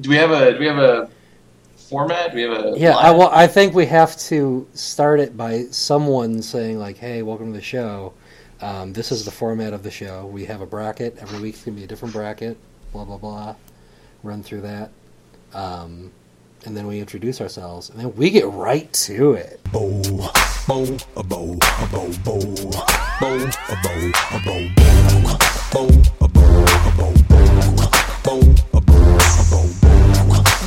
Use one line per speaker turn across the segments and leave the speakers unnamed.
Do we have a do we have a format? Do we have a
Yeah, I,
line?
well, I think we have to start it by someone saying like, "Hey, welcome to the show. Um, this is the format of the show. We have a bracket every week. It's gonna be a different bracket. Blah blah blah. Run through that, um, and then we introduce ourselves, and then we get right to it.
bow, bow, a bow, a bow, bow, bow, a bow, a bow, bow, bow, a bow, a bow, bow, bow, a bow, a bow, bow.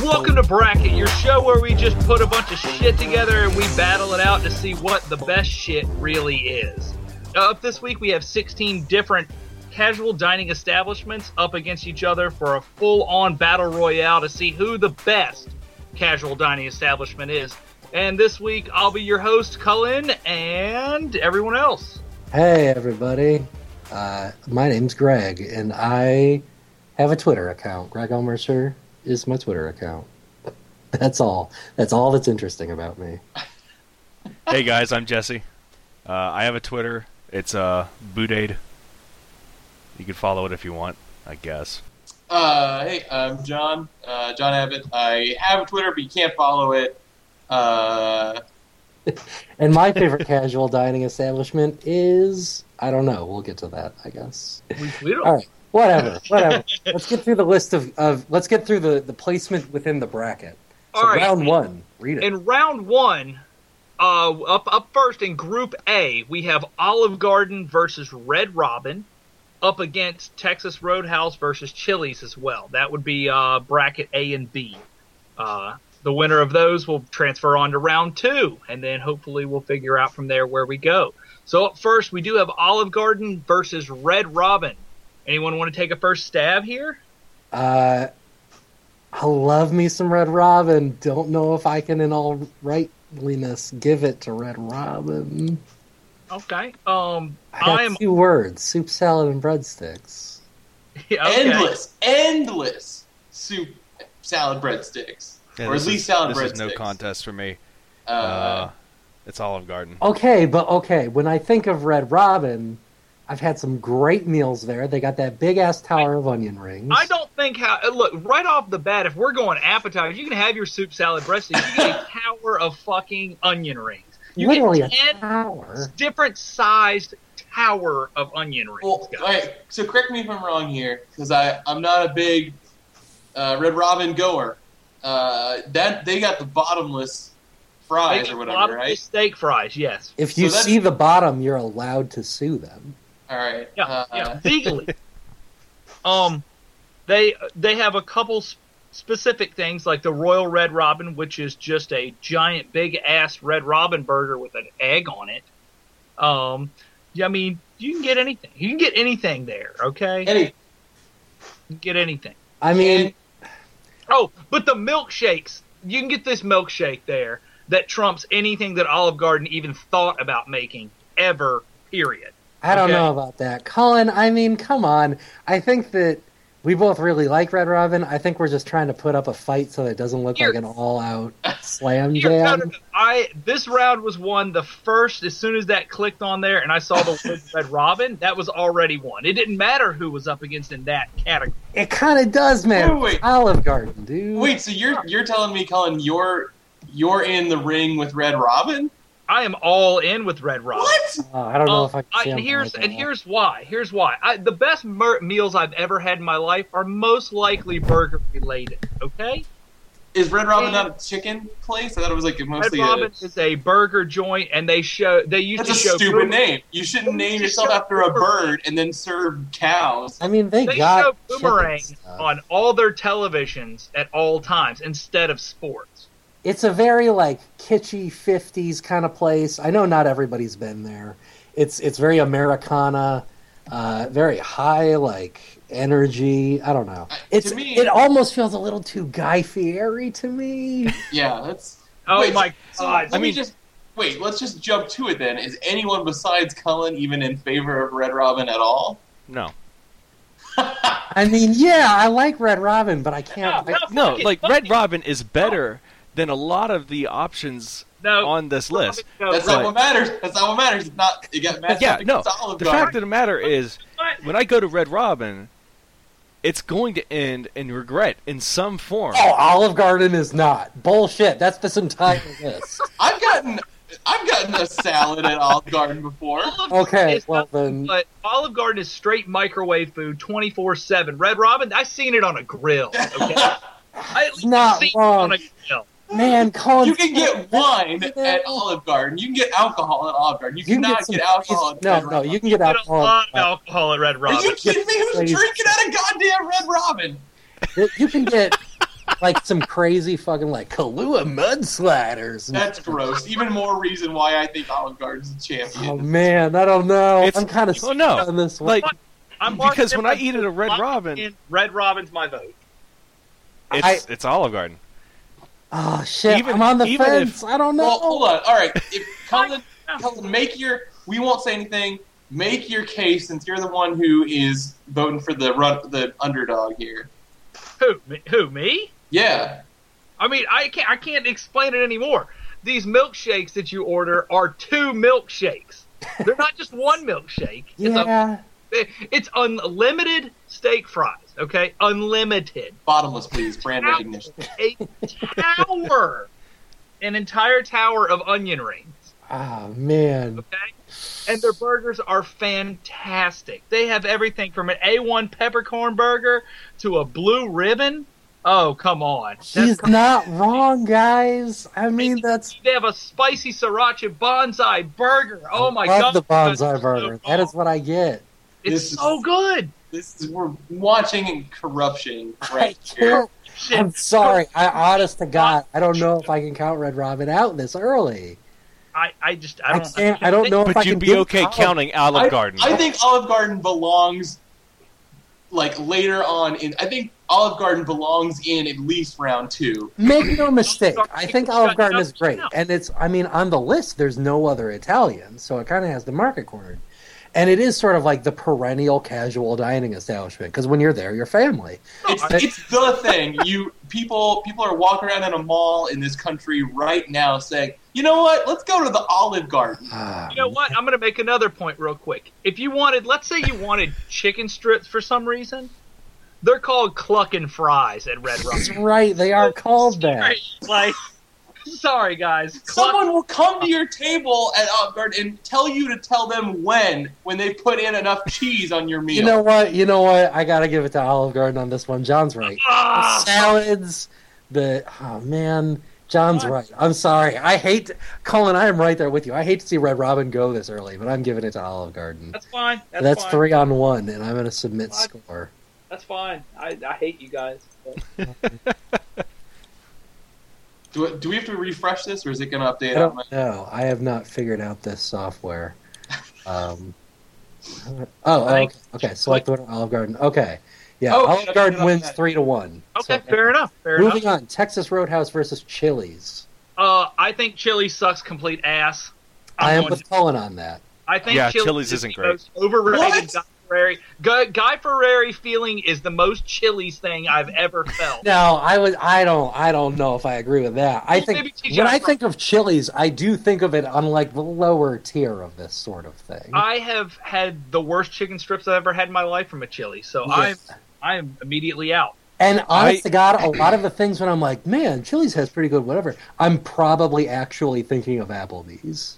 Welcome to Bracket, your show where we just put a bunch of shit together and we battle it out to see what the best shit really is. Uh, Up this week, we have 16 different casual dining establishments up against each other for a full on battle royale to see who the best casual dining establishment is. And this week, I'll be your host, Cullen, and everyone else.
Hey, everybody. Uh, my name's Greg, and I have a Twitter account. Greg L. Mercer is my Twitter account. That's all. That's all that's interesting about me.
hey guys, I'm Jesse. Uh, I have a Twitter. It's uh, Boudade. You can follow it if you want, I guess.
Uh, hey, I'm John. Uh, John Abbott. I have a Twitter, but you can't follow it. Uh,
And my favorite casual dining establishment is I don't know. We'll get to that, I guess.
We, we don't.
All right. Whatever. Whatever. let's get through the list of, of let's get through the, the placement within the bracket. So
All right.
round one. Read it.
In round one, uh, up up first in Group A, we have Olive Garden versus Red Robin, up against Texas Roadhouse versus Chili's as well. That would be uh, bracket A and B. Uh, the winner of those will transfer on to round two, and then hopefully we'll figure out from there where we go. So up first, we do have Olive Garden versus Red Robin. Anyone want to take a first stab here?
Uh I love me some Red Robin. Don't know if I can in all rightliness give it to Red Robin.
Okay. Um,
I
I'm
have two words, soup salad and breadsticks.
okay.
Endless, endless soup, salad, breadsticks, or at
this
least
is,
salad breadsticks.
This is no contest for me.
Uh, Oh.
Uh, it's Olive Garden.
Okay, but okay, when I think of Red Robin, I've had some great meals there. They got that big ass tower of onion rings.
I don't think how. uh, Look, right off the bat, if we're going appetizers, you can have your soup salad breadsticks. You get a tower of fucking onion rings. You
literally
get
a
ten
tower.
different sized tower of onion rings.
well,
guys.
all right, so correct me if I'm wrong here, because I I'm not a big uh, Red Robin goer. Uh, that they got the bottomless
They
fries
got
or whatever,
bottomless
right?
Steak fries, yes.
If
So
you
that's-
see the bottom, you're allowed to sue them.
All right.
Yeah,
uh,
yeah, legally. um, they they have a couple s- specific things like the Royal Red Robin, which is just a giant, big ass Red Robin burger with an egg on it. Um, yeah, I mean, you can get anything. You can get anything there. Okay, you
Any,
can get anything.
I mean,
Oh, but the milkshakes. You can get this milkshake there that trumps anything that Olive Garden even thought about making ever. Period.
I don't
okay.
know about that. Colin, I mean, come on. I think that we both really like Red Robin. I think we're just trying to put up a fight so that it doesn't look
Here.
like an all out slam
Here, no, no,
jam.
no. I this round was won the first as soon as that clicked on there, and I saw the word Red Robin. That was already won. It didn't matter who was up against in that category.
It kind of does, man.
Wait, wait.
It's Olive Garden, dude.
wait, so you're you're telling me, Colin, you're you're in the ring with Red Robin?
I am all in with Red Robin.
What?
Oh, I don't know
Um,
if I can.
I-
see
and
them
here's
like
and
that.
here's why. Here's why. I, the best mer- meals I've ever had in my life are most likely burger related. Okay,
Is Red Robin
Yeah.
not a chicken place? I thought it was like
Red
mostly
Robin
a.
is a burger joint, and they show they used
That's
to
a
show
stupid
food-
name. You shouldn't
They
name
just
yourself
show
after a
boomerang.
bird and then serve cows.
I mean, they,
They show
got chicken
boomerang
stuff.
on all their televisions at all times instead of sports.
it's a very like kitschy 50s kind of place i know not everybody's been there it's it's very americana uh, very high like energy i don't know
I-
it's
to me-
it almost feels a little too guy fieri to me
Yeah, that's.
Oh
Wait,
my
So
god!
let me just wait. Let's just jump to it then. Is anyone besides Cullen even in favor of Red Robin at all?
No,
i mean yeah i like red robin but i can't
No, no.
no,
Fuck it,
like
fuck
Red
it.
Robin is better than a lot of the options
Oh.
no,
on this list.
No,
That's not
Right.
what matters. That's not what matters. It's not. It got matched
Yeah,
up
no.
against Olive
The
Garden.
fact of the matter is, when I go to Red Robin, it's going to end in regret in some form.
Oh, Olive Garden is not bullshit. That's this entire list.
I've gotten I've gotten a salad at Olive Garden before.
Olive
Okay,
is
well
nothing
then,
but Olive Garden is straight microwave food, twenty four seven. Red Robin, I seen it on a grill. Okay, I at least
Not
seen
wrong.
it on a grill.
man, Colin,
You can get wine
Yeah.
at Olive Garden. You can get alcohol at Olive Garden. You,
You can
cannot
get some
get, alcohol
crazy-
at
No,
Red
no,
Robin.
you can get
Get a
alcohol.
lot of alcohol at Red
Are you
Robin.
kidding me? Who's
Please.
drinking out of goddamn Red Robin?
You can get like some crazy fucking like Kahlua mudsliders. and-
That's gross. Even more reason why I think Olive Garden's the champion.
Oh man, I don't know.
It's-
I'm kind of
Oh, no.
on this one.
Like
I'm marking
because when I
different-
eat at a Red
I'm
Robin,
in- Red Robin's my vote.
it's it's Olive Garden.
oh shit,
even-
I'm on the
even if-
fence. I don't know.
Well, hold on. All right, if Colin, Colin, make your. We won't say anything. Make your case since you're the one who is voting for the run, the underdog here.
Who? Me- Who? Me?
Yeah,
I mean, I can't. I can't explain it anymore. These milkshakes that you order are two milkshakes. They're not just one milkshake. It's a
yeah,
It's unlimited steak fries, okay? Unlimited.
bottomless, please. Brand recognition.
A tower, an entire tower of onion rings,
ah man,
okay? And their burgers are fantastic. They have everything from an A1 peppercorn burger to a blue ribbon. Oh, come on. That's
he's
crazy.
not wrong, guys. I mean, that's
They have a spicy sriracha bonsai burger. Oh my
love
god.
the
that's so
bonsai burger. That is
good.
what I get.
It's
This is-
so good.
This is we're watching corruption
I
right here.
can't. I'm sorry. I honest to God, I don't know if I can count Red Robin out this early.
I, I just I
I
don't
can't. I don't know if I
But
can
you'd be
do
okay
Olive-
counting Olive
I,
Garden.
I think Olive Garden belongs like later on in. I think Olive Garden belongs in at least round two.
Make no mistake.
Don't
I
start-
think
don't
Olive
shut
Garden
up
is great,
now.
and it's. I mean, on the list, there's no other Italian, so it kind of has the market cornered. And it is sort of like the perennial casual dining establishment because when you're there, you're family.
It's,
I-
it's the thing. You people people are walking around in a mall in this country right now saying, you know what? Let's go to the Olive Garden.
Ah,
You know what? I'm going to make another point real quick. If you wanted, let's say you wanted chicken strips for some reason, they're called cluckin' fries at Red Rock.
that's right. They are called that.
Sorry, like, sorry guys. Cluck-
Someone will come to your table at Olive Garden and tell you to tell them when when they put in enough cheese on your meal.
You know what? You know what? I gotta give it to Olive Garden on this one. John's right. The
Ah!
salads, the oh man, John's right. I'm sorry. I hate Colin. I am right there with you. I hate to see Red Robin go this early, but I'm giving it to Olive Garden.
that's fine. That's,
That's,
fine.
three on one, and I'm going to submit
What?
score.
That's fine. I, I hate you guys.
do, do we have to refresh this, or is it going to
I
update? on my-
don't know. I have not figured out this software. Um, oh, oh, okay. okay. Select the winner, Olive Garden. Okay. Yeah,
Oh,
Olive
shut
Garden
up,
wins
that-
three to one.
Okay,
So-
fair enough. Fair
Moving
enough.
on, Texas Roadhouse versus Chili's.
Uh, I think chili sucks complete ass. I'm
I am
going
with Colin on that.
I think
Yeah,
Chili's,
Chili's
is
isn't
the
great.
most Overrated.
What?
Guy Ferrari. Guy, Guy Ferrari feeling is the most Chili's thing I've ever felt.
No, I was. I don't. I don't know if I agree with that. I
Well, maybe
think
TJ
when I
Fridays.
think of Chili's, I do think of it on like the lower tier of this sort of thing.
I have had the worst chicken strips I've ever had in my life from a chili, so
Yeah.
I'm I'm immediately out.
And honest
I-
to God, a lot of the things when I'm like, man, Chili's has pretty good whatever, I'm probably actually thinking of Applebee's.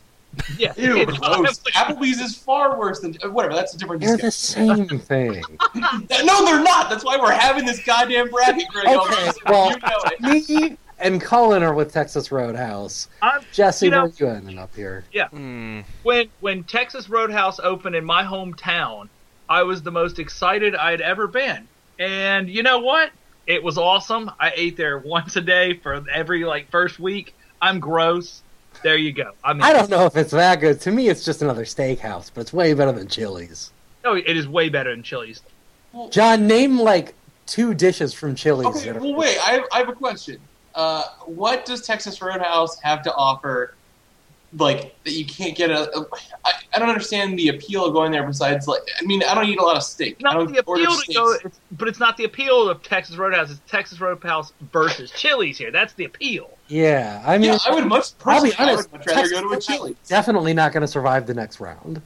Yeah,
Ew,
it's-
gross. Applebee's is far worse than uh, whatever. That's a different
They're
discussion.
the same thing.
No, they're not. That's why we're having this goddamn bracket, Greg.
Okay, well-
you know it.
Me and Colin are with Texas Roadhouse.
I'm,
Jesse,
You know-
where are you ending up here?
Hmm.
when when Texas Roadhouse opened in my hometown, I was the most excited I'd ever been, and you know what? It was awesome. I ate there once a day for every like first week. I'm gross. There you go. I mean,
I don't know if it's that good. To me, it's just another steakhouse, but it's way better than Chili's.
No, oh, it is way better than Chili's.
John, name like two dishes from Chili's.
Okay,
that are-
well, wait. I have, I have a question. Uh, what does Texas Roadhouse have to offer, like that you can't get a? a I, I don't understand the appeal of going there. Besides, like, I mean, I don't eat a lot of steak. I
not
don't
the
order
appeal to
steaks.
go, it's- but it's not the appeal of Texas Roadhouse. It's Texas Roadhouse versus Chili's here. That's the appeal.
Yeah, I mean,
yeah, I would much.
I'll be
personally, I
honest,
would much rather
Texas
go to a
Roadhouse
Chili's.
definitely not going to survive the next round.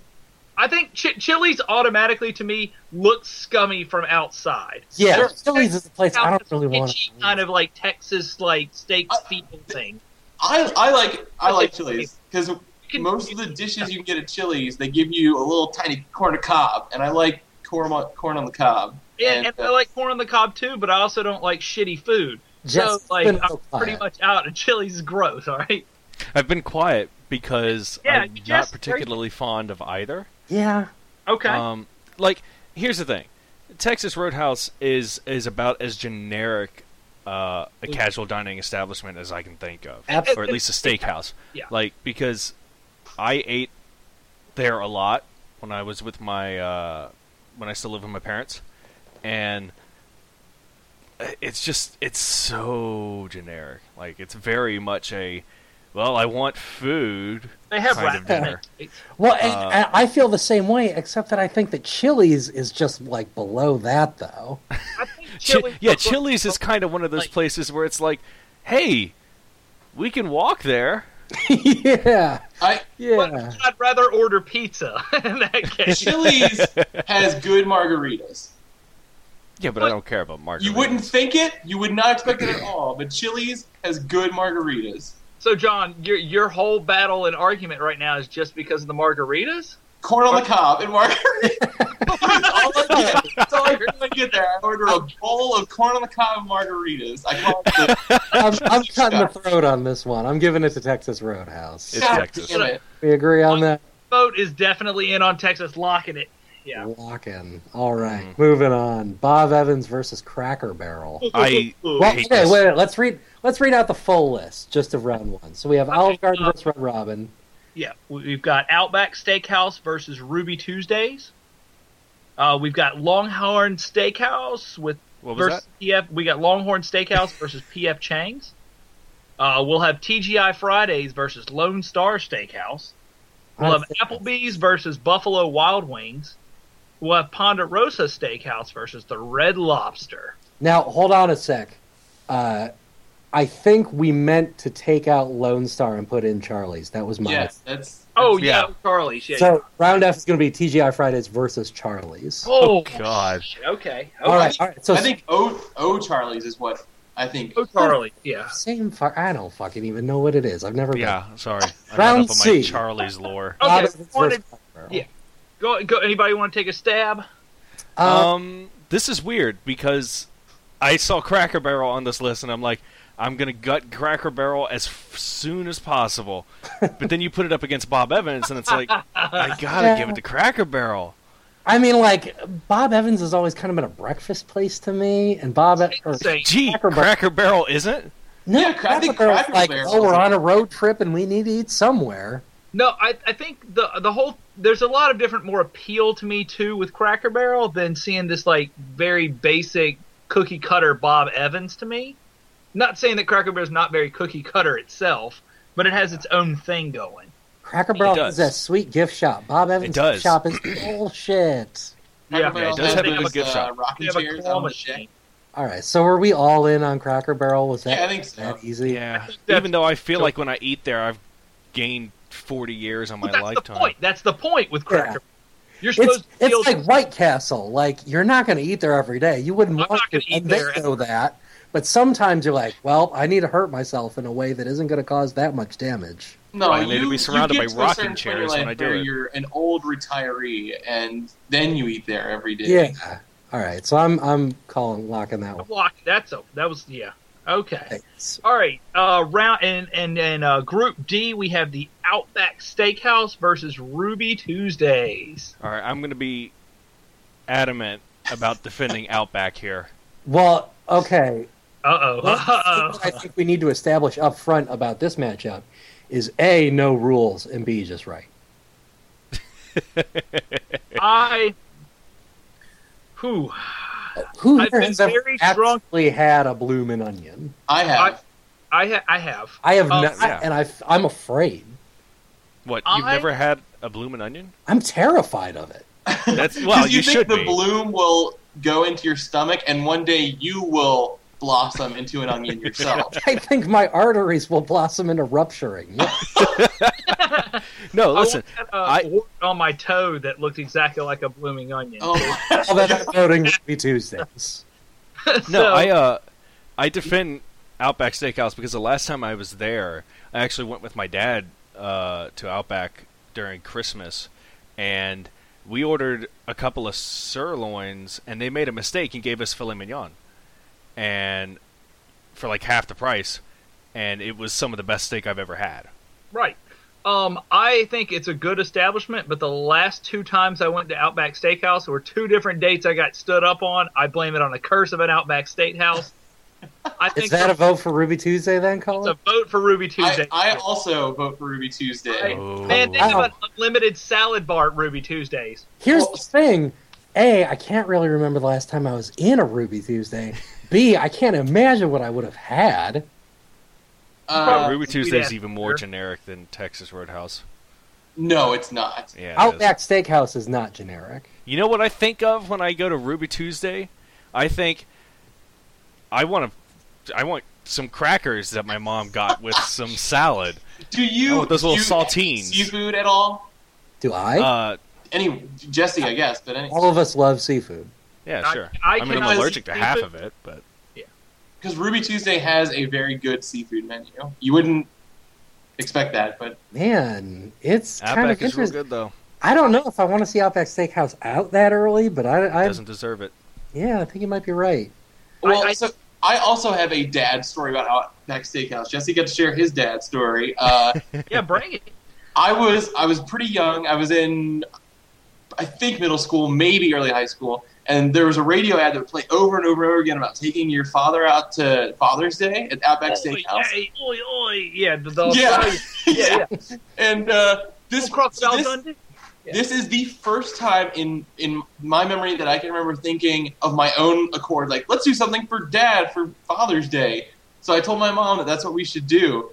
I think Ch- Chili's automatically to me looks scummy from outside.
Yeah,
Sure.
Chili's is the place I don't
It's
really want
itchy,
to.
kind of like Texas like steak
I-
feel thing.
I, I like I like
Okay.
Chili's because
You can-
most of the dishes you can get at Chili's, they give you a little tiny corn on the cob, and I like corn on, corn on the cob.
Yeah,
and,
and I
uh,
like corn on the cob too, but I also don't like shitty food.
Just
so like
been
I'm
so
pretty
quiet.
much out, and Chili's is gross. All right.
I've been quiet because
Yeah,
I'm
you
not
just-
particularly fond of either.
Yeah,
Okay.
Um, like here's the thing, Texas Roadhouse is is about as generic uh, a
Mm.
casual dining establishment as I can think of,
Absolutely.
or at least a steakhouse.
Yeah.
Like because I ate there a lot when I was with my uh, when I still lived with my parents, and it's just it's so generic. Like it's very much a well, I want food.
they have
kind of
ramen.
Well, and,
Uh,
and I feel the same way, except that I think that Chili's is just like below that, though.
I think
Chi-
Chili's
yeah,
looks-
Chili's is kind of one of those
like-
places where it's like, hey, we can walk there.
yeah,
I
But
yeah.
I'd rather order pizza in that case.
Chili's has good margaritas.
Yeah, but I
But-
don't care about margaritas.
You wouldn't think it, you would not expect it at all, but Chili's has good margaritas.
So, John, your your whole battle and argument right now is just because of the margaritas.
Corn on the cob and margaritas. all I get. That's all I get when I get there. I order a bowl of corn on the cob and margaritas. I call it the
I'm, I'm cutting the throat on this one. I'm giving it to Texas Roadhouse.
It's
God
Texas.
damn it.
we agree on that.
Vote is definitely in on Texas locking it. Yeah.
Locking. All right,
Mm-hmm.
moving on. Bob Evans versus Cracker Barrel.
Oh,
I
Well,
hate
okay,
this.
wait, wait, let's read. Let's read out the full list just of round one. So we have Olive Garden
uh,
versus Red Robin.
Yeah, we- we've got Outback Steakhouse versus Ruby Tuesdays. Uh, we've got Longhorn Steakhouse with
What was
versus PF. We got Longhorn Steakhouse versus PF Chang's. Uh, we'll have TGI Fridays versus Lone Star Steakhouse. We'll have Applebee's versus Buffalo Wild Wings. We'll have Ponderosa Steakhouse versus the Red Lobster.
Now hold on a sec. Uh, I think we meant to take out Lone Star and put in Charlie's. That was my.
Yes, that's.
Oh
Yeah.
yeah, Charlie's. Yeah.
So round F is going to be TGI Fridays versus Charlie's.
oh
that? God.
shit, Okay.
all
Okay.
right, all right. So
I think O O Charlie's is what I think.
Oh, Charlie. Yeah.
same. Fu- I don't fucking even know what it is. I've never. Been.
Yeah, sorry. I
Round
got up on
C.
my Charlie's lore.
Okay,
Bob Evans
wanted-
versus Cracker Barrel.
yeah. Go, go. Anybody want to take a stab?
Uh,
Um, this is weird because I saw Cracker Barrel on this list, and I'm like, I'm gonna gut Cracker Barrel as f- soon as possible. but then you put it up against Bob Evans, and it's like, I gotta
Yeah.
give it to Cracker Barrel.
I mean, like Bob Evans has always kind of been a breakfast place to me, and Bob. Or,
Say-
Gee,
Cracker
Cracker,
Barrel-
Barrel isn't.
no,
Yeah, I
Cracker
think
Barrel's
Cracker
like,
Barrel's
oh, we're
like-
on a road trip and we need to eat somewhere.
No, I, I think the the whole there's a lot of different more appeal to me too with Cracker Barrel than seeing this like very basic cookie cutter Bob Evans to me. Not saying that Cracker Barrel's not very cookie cutter itself, but it has its own thing going.
Cracker Barrel
does.
is a sweet gift shop. Bob Evans'
does.
gift shop is bullshit.
Yeah,
Yeah, it does
has
have a
those,
good gift
uh,
shop.
Rocking
They have a
chairs
claw
on the
machine.
shack.
All right, so were we all in on Cracker Barrel? Was that
Yeah, I think so.
that easy?
Yeah,
that's-
even though I feel like when I eat there, I've gained forty years on my
But that's
lifetime.
the point. That's the point with Cracker.
Yeah.
Barrel. You're
It's,
supposed to feel
it's like White Castle. Like you're not going to eat there every day. You wouldn't
I'm
want
not
to,
gonna eat
and they
there
know that. But sometimes you're like, well, I need to hurt myself in a way that isn't going to cause that much damage.
No,
I
you
need to be surrounded
you
by
get to a
rocking
certain point in
chairs
your life
when I do
where
it.
You're an old retiree, and then you eat there every day.
Yeah. All right, so I'm I'm calling locking that
a
one.
block. That's a that was yeah. Okay.
Thanks.
All right, uh, round and and and uh, Group D, we have the Outback Steakhouse versus Ruby Tuesdays.
All right, I'm gonna be adamant about defending Outback here.
Well, okay.
Uh oh.
Well, what I think we need to establish up front about this matchup is a no rules and b just right.
I. Whew.
Who
I've
here
been
has ever
very drunk.
actually had a bloomin' onion?
I have.
I ha- I have.
I have
Oh,
not,
yeah.
and I I'm afraid.
What you've
I-
never had a bloomin' onion?
I'm terrified of it.
That's well,
'Cause
you,
think
should
the
be.
bloom will go into your stomach, and one day you will blossom into an onion yourself.
I think my arteries will blossom into rupturing. Yeah.
No,
Oh,
listen.
I, want that, uh,
I-
wart on my toe that looked exactly like a blooming onion.
Oh, my
All that voting should be Tuesdays.
No,
So-
I uh, I defend Outback Steakhouse because the last time I was there, I actually went with my dad uh, to Outback during Christmas, and we ordered a couple of sirloins, and they made a mistake and gave us filet mignon, and for like half the price, and it was some of the best steak I've ever had.
Right. Um, I think it's a good establishment, but the last two times I went to Outback Steakhouse were two different dates I got stood up on. I blame it on the curse of an Outback Steakhouse. I think
Is that a vote for Ruby Tuesday then,
it's a
Colin?
vote for Ruby
I,
Tuesday.
I also vote for Ruby Tuesday.
Right.
Oh.
Man, think
Wow.
about unlimited salad bar at Ruby Tuesdays.
Here's the thing. A, I can't really remember the last time I was in a Ruby Tuesday. B, I can't imagine what I would have had.
Uh,
Ruby
sweet
Tuesday's
ass
even more
burger.
generic than Texas Roadhouse.
no, it's not.
Yeah, it is.
Outback Steakhouse is not generic.
You know what I think of when I go to Ruby Tuesday? I think I want to, I want some crackers that my mom got with some salad.
Do you
Oh, those little
do you
saltines.
seafood at all?
Do I?
Uh,
Any Jesse, I guess, but any
Oh,
All of us love seafood.
yeah,
I-
sure.
I
I, mean,
cannot
I'm allergic to
see
half
it.
of it, but
because Ruby Tuesday has a very good seafood menu. You wouldn't expect that, but
Man, it's kind
Outback
of
is real
interesting.
good though.
I don't know if I want to see Outback Steakhouse out that early, but I, I
Doesn't deserve it.
yeah, I think you might be right.
well,
I- I-
so I also have a dad story about Outback Steakhouse. Jesse got to share his dad story. Uh,
Yeah, bring it.
I was I was pretty young. I was in I think middle school, maybe early high school, and there was a radio ad that would play over and over and over again about taking your father out to Father's Day at Outback
Oi,
Steakhouse.
yay, oi, oi. Yeah, the, the
Yeah,
Australian- yeah,
And uh, this
Oh, crocodile
this,
Dundee. Yeah.
this is the first time in in my memory that I can remember thinking of my own accord, like let's do something for Dad for Father's Day. So I told my mom that that's what we should do.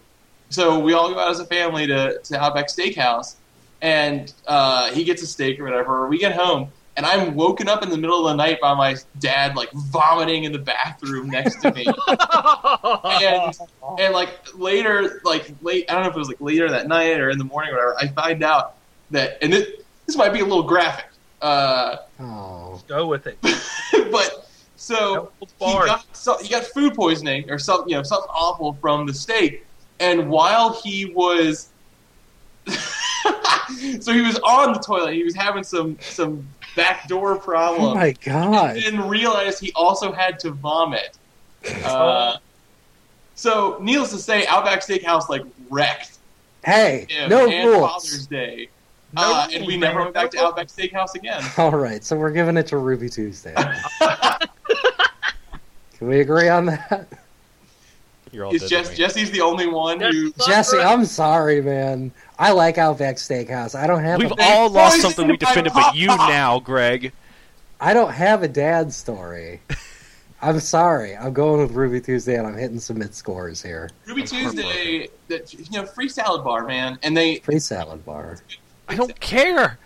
So we all go out as a family to to Outback Steakhouse, and uh, he gets a steak or whatever. We get home, and I'm woken up in the middle of the night by my dad like vomiting in the bathroom next to me and and like later, like late, I don't know if it was like later that night or in the morning or whatever. I find out that, and this, this might be a little graphic, uh,
Oh,
Go with it.
but so
Don't hold
he
bars.
got, so he got food poisoning or something, you know, something awful from the steak. And while he was, so he was on the toilet, he was having some some backdoor problem.
oh my god!
and then realized he also had to vomit. Uh, so, needless to say, Outback Steakhouse like wrecked
Hey,
him
no
and Father's
rules.
Day,
No
uh,
rules,
and we
man.
never went back to
No
Outback Steakhouse again.
All right, so we're giving it to Ruby Tuesday. Can we agree on that,
You're all
It's
dead
Jess,
to me.
Jesse's the only one who.
That's
Jesse?
right.
I'm sorry, man. I like Outback Steakhouse. I don't have
We've
a,
all lost
Poisoned
something we
by
defended, but you
Papa.
now, Greg.
I don't have a dad story. I'm sorry. I'm going with Ruby Tuesday, and I'm hitting submit scores here.
Ruby
I'm
Tuesday, that you know, free salad bar, man, and they
Free salad bar.
I don't care.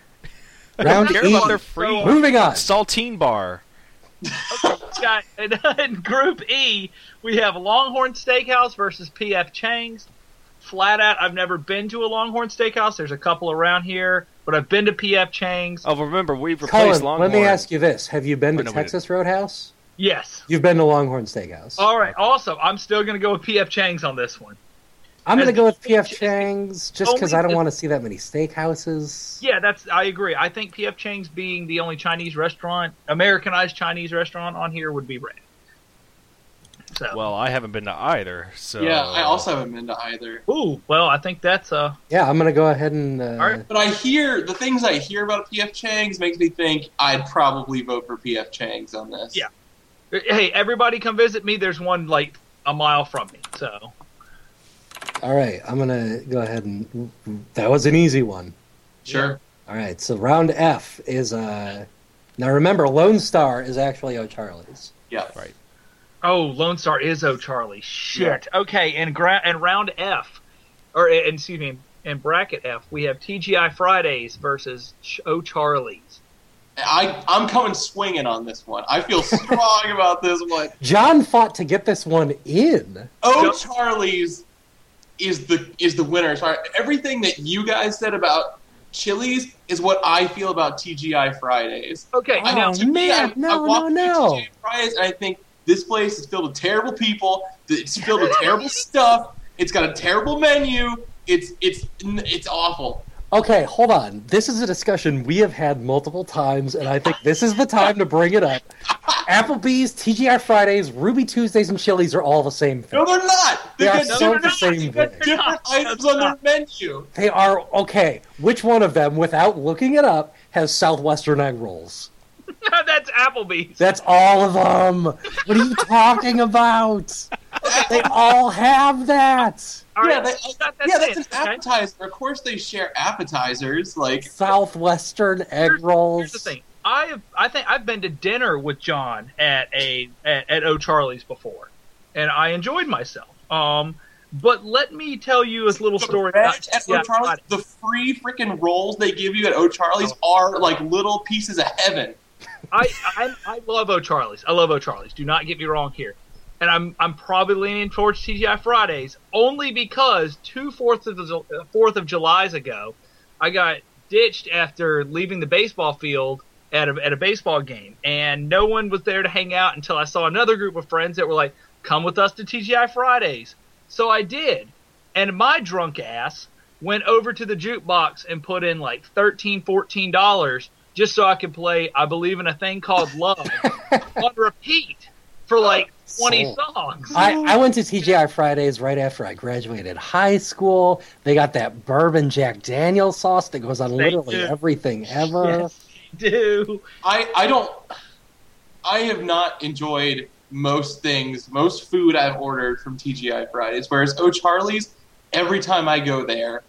I
Round
don't care
E.
about their free
Moving on.
saltine bar.
Got- and uh, in Group E, we have Longhorn Steakhouse versus PF Chang's. Flat out, I've never been to a Longhorn Steakhouse. There's a couple around here, but I've been to PF Chang's.
Oh, remember we've replaced
Colin,
Longhorn.
let me ask you this: Have you been
Oh,
to
no, we
Texas Roadhouse?
Yes.
You've been to Longhorn Steakhouse.
All right. Also, I'm still going to go with PF Chang's on this one.
I'm going to
and-
go with P.F. Chang's just because I
Only
don't
the-
want to see that many steakhouses.
Yeah, that's. I agree. I think PF Chang's being the only Chinese restaurant, Americanized Chinese restaurant on here would be rad. So,
Well, I haven't been to either, so
yeah, I also haven't been to either.
ooh, well, I think that's a.
Yeah, I'm going to go ahead and. Uh,
right.
But I hear the things I hear about PF Chang's makes me think I'd probably vote for PF Chang's on this.
Yeah. Hey, everybody, come visit me. There's one like a mile from me. So.
All right, I'm going to go ahead and. That was an easy one.
sure.
All right, so round F is. Uh, now remember, Lone Star is actually O'Charlie's.
Yeah,
Right.
Oh, Lone Star is O'Charlie. Shit. Okay, and gra- and round F, or uh, excuse me, in bracket F, we have TGI Fridays versus Ch- O'Charlie's.
I I'm coming swinging on this one. I feel strong about this one.
John fought to get this one in.
Oh,
Yep.
Charlie's is the is the winner. As far everything that you guys said about Chili's is what I feel about TGI Fridays.
Okay,
I-
now
Oh,
to
man.
I-
No,
I walk
no,
into
no.
TGI Fridays and I think this place is filled with terrible people. th- It's filled with terrible stuff. It's got a terrible menu. It's it's it's awful.
Okay, hold on. This is a discussion we have had multiple times, and I think this is the time to bring it up. Applebee's, TGI Fridays, Ruby Tuesdays, and Chili's are all the same thing.
No, they're not. They
They are
got
so
different,
the same thing.
different items on their menu.
They are okay. Which one of them, without looking it up, has southwestern egg rolls?
That's Applebee's.
That's all of them. What are you talking about? They all have that.
All right,
yeah, that-
that-
yeah, that's
it,
an
okay?
appetizer. Of course, they share appetizers. Like
Southwestern egg rolls.
Here's the thing. I have, I think I've been to dinner with John at a at, at O'Charlie's before, and I enjoyed myself. Um, but let me tell you a little story.
The veg at
Yeah,
O'Charlie's, the free freaking rolls they give you at O'Charlie's
Oh.
are like little pieces of heaven.
I, I I love O'Charlie's. I love O'Charlie's. Do not get me wrong here. And I'm I'm probably leaning towards TGI Fridays only because two fourth of the uh, Fourth of July's ago, I got ditched after leaving the baseball field at a at a baseball game, and no one was there to hang out until I saw another group of friends that were like, "Come with us to TGI Fridays." So I did, and my drunk ass went over to the jukebox and put in like 13 14 dollars just so i could play i believe in a thing called love on repeat for like 20
Sold.
songs
I, I went to TGI Fridays right after I graduated high school. They got that bourbon Jack Daniel sauce that goes on literally
do.
everything ever.
Yes, they do
I I don't. I have not enjoyed most things, most food I've ordered from TGI Fridays. Whereas O'Charlie's, every time I go there,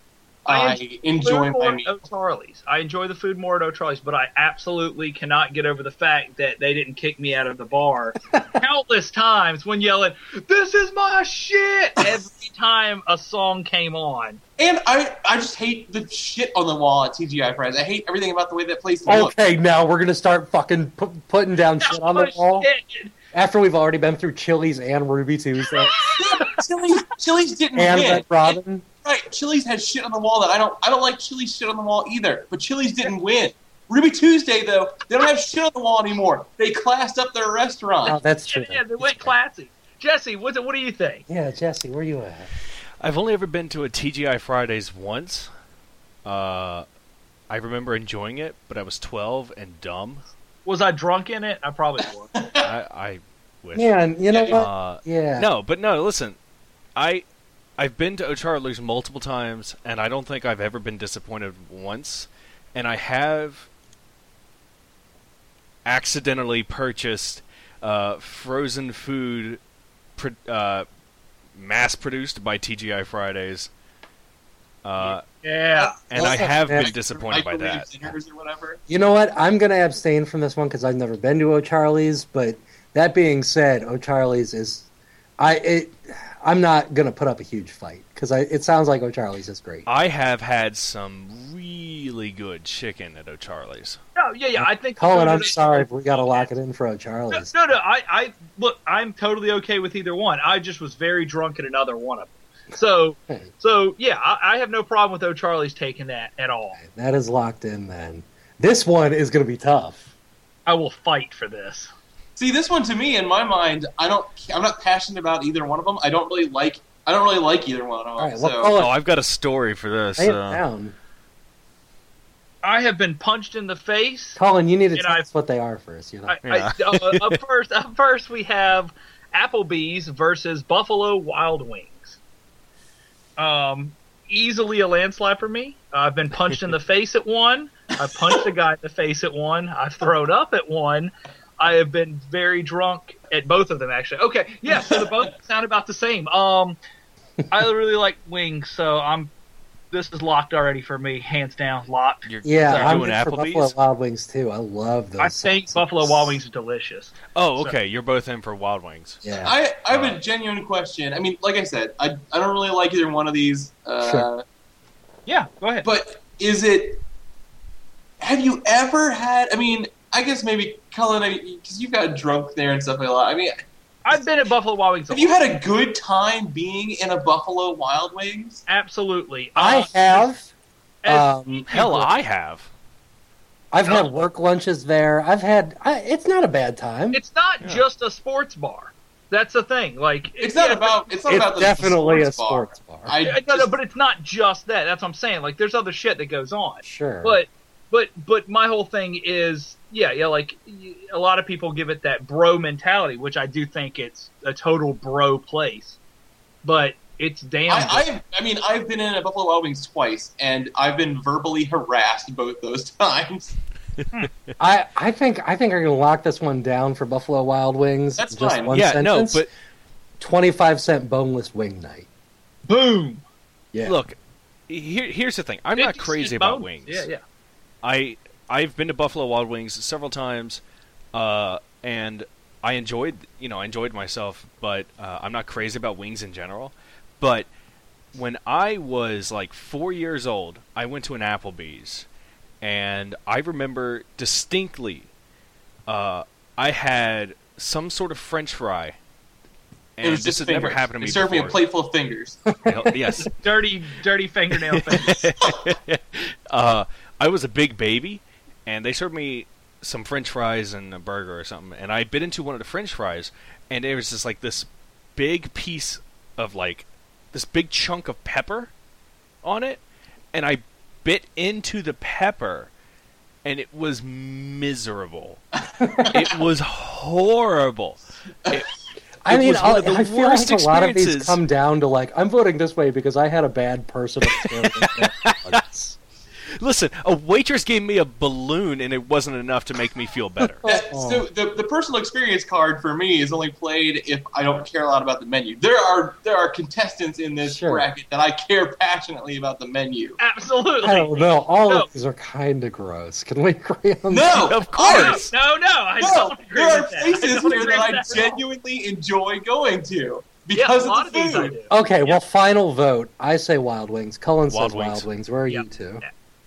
I
I, enjoy
food
my
more
meal.
at O'Charlie's. I enjoy the food more at O'Charlie's, but I absolutely cannot get over the fact that they didn't kick me out of the bar countless times when yelling, "This is my shit!" every time a song came on.
And I I just hate the shit on the wall at TGI Fridays. I hate everything about the way that place looks.
Okay, now we're gonna start fucking pu- putting down shit on the
Push
wall
it.
after we've already been through Chili's and Ruby Tuesday
Chili's, Chili's didn't
and
win.
Red Robin.
Right, Chili's had shit on the wall that I don't. I don't like Chili's shit on the wall either. But Chili's didn't win. Ruby Tuesday though, they don't have shit on the wall anymore. They classed up their
Oh,
restaurant.
that's true.
Yeah, they went classy. Jesse, what, what do you think?
Yeah, Jesse, where you at?
I've only ever been to a TGI Fridays once. Uh, I remember enjoying it, but I was 12 and dumb.
Was I drunk in it? I probably was.
I, I wish.
Man, you know what?
Uh,
Yeah.
no, but no, listen. I I've been to O'Charlie's multiple times and I don't think I've ever been disappointed once. And I have accidentally purchased uh, frozen food pro- uh, mass produced by TGI Fridays. Uh,
Yeah.
and I have
Yeah.
been disappointed by
Microwave
that.
dinners or whatever.
You know what? I'm going to abstain from this one because I've never been to O'Charlie's. But that being said, O'Charlie's is, I it, I'm not going to put up a huge fight because it sounds like O'Charlie's is great.
Uh,
I have had some really good chicken at O'Charlie's.
No, yeah, yeah. I think.
Colin, I'm sorry, but we got to lock it in for O'Charlie's.
No, no, no, I, I look. I'm totally okay with either one. I just was very drunk at another one of them. So,
Okay.
so yeah, I, I have no problem with O'Charlie's taking that at all.
That is locked in. Then this one is going to be tough.
I will fight for this.
See, this one to me, in my mind, I don't. I'm not passionate about either one of them. I don't really like. I don't really like either one of
All right,
them.
well,
so
Colin,
Oh, I've got a story for this.
lay it
uh,
down.
I have been punched in the face.
Colin, you need to
and
tell
I-
us what they are first. You know,
I,
Yeah.
I, uh, up first, up first we have Applebee's versus Buffalo Wild Wings. Um, easily a landslide for me. I've been punched in the face at one. I punched a guy in the face at one. I've thrown up at one. I have been very drunk at both of them actually. Okay, yeah, so the both sound about the same. Um, I really like wings, so I'm. This is locked already for me, hands down, locked.
You're,
yeah,
you're
I'm
doing
in for
Applebee's.
Buffalo Wild Wings too. I love those.
I think
sauces.
Buffalo Wild Wings is delicious.
Oh, okay. You're both in for Wild Wings.
Yeah.
I, I have a
uh,
genuine question. I mean, like I said, I, I don't really like either one of these. Uh,
Sure.
Yeah, go ahead.
But is it? Have you ever had? I mean, I guess maybe Cullen, because you've got drunk there and stuff a lot. I mean,
I've been at Buffalo Wild Wings. a
Have you
lot.
had a good time being in a Buffalo Wild Wings?
Absolutely.
I
Uh,
have.
as-
um,
Mm, Hell, I have.
I've had work lunches there. I've had. I, it's not a bad time.
It's not
Yeah.
just a sports bar. That's the thing. Like
It's not
yeah,
about. It's not
It's
about the
definitely
sports
a sports bar.
Bar. I
but- I, no, no,
just-
but it's not just that. That's what I'm saying. Like there's other shit that goes on.
sure,
But but but my whole thing is yeah yeah like y- a lot of people give it that bro mentality, which I do think it's a total bro place. But it's damn. good.
I, I, I mean, I've been in a Buffalo Wild Wings twice, and I've been verbally harassed both those times.
I, I think I think I'm gonna lock this one down for Buffalo Wild Wings.
That's
just
fine.
one
yeah,
sentence.
no, but
twenty five cent boneless wing night.
boom.
Yeah,
look, here, here's the thing. I'm not
50
crazy
cent
about
bonus.
wings.
Yeah yeah.
I I've been to Buffalo Wild Wings several times, uh, and I enjoyed you know I enjoyed myself, but uh, I'm not crazy about wings in general. But when I was like four years old, I went to an Applebee's, and I remember distinctly, uh, I had some sort of French fry, and
it was
this
just
had never
fingers.
happened to me.
They served me a
before.
plate full of fingers.
Yes,
Dirty dirty fingernail things.
uh, I was a big baby, and they served me some French fries and a burger or something. And I bit into one of the French fries, and it was just like this big piece of like this big chunk of pepper on it, and I bit into the pepper, and it was miserable. it was horrible. It,
I
it
mean,
was one
I'll-
of the
I feel
worst
like a lot of these
experiences.
come down to like I'm voting this way because I had a bad personal experience.
Listen, a waitress gave me a balloon, and it wasn't enough to make me feel better.
That- so the, the personal experience card for me is only played if I don't care a lot about the menu. There are there are contestants in this
Sure.
bracket that I care passionately about the menu.
Absolutely.
I don't know. All
No.
of these are kind of gross. Can we agree on that?
No,
Of
I-
course.
No, no, I
no,
don't agree
there are
with that. I
places
don't
here
agree
that
with
I
that at all.
genuinely enjoy going to
Yeah,
because
a
of
lot of
the
these I
food.
do.
Okay, well, final vote. I say Wild Wings. Cullen
Wild
says
Wings.
Wild Wings. Where are
Yeah.
you two?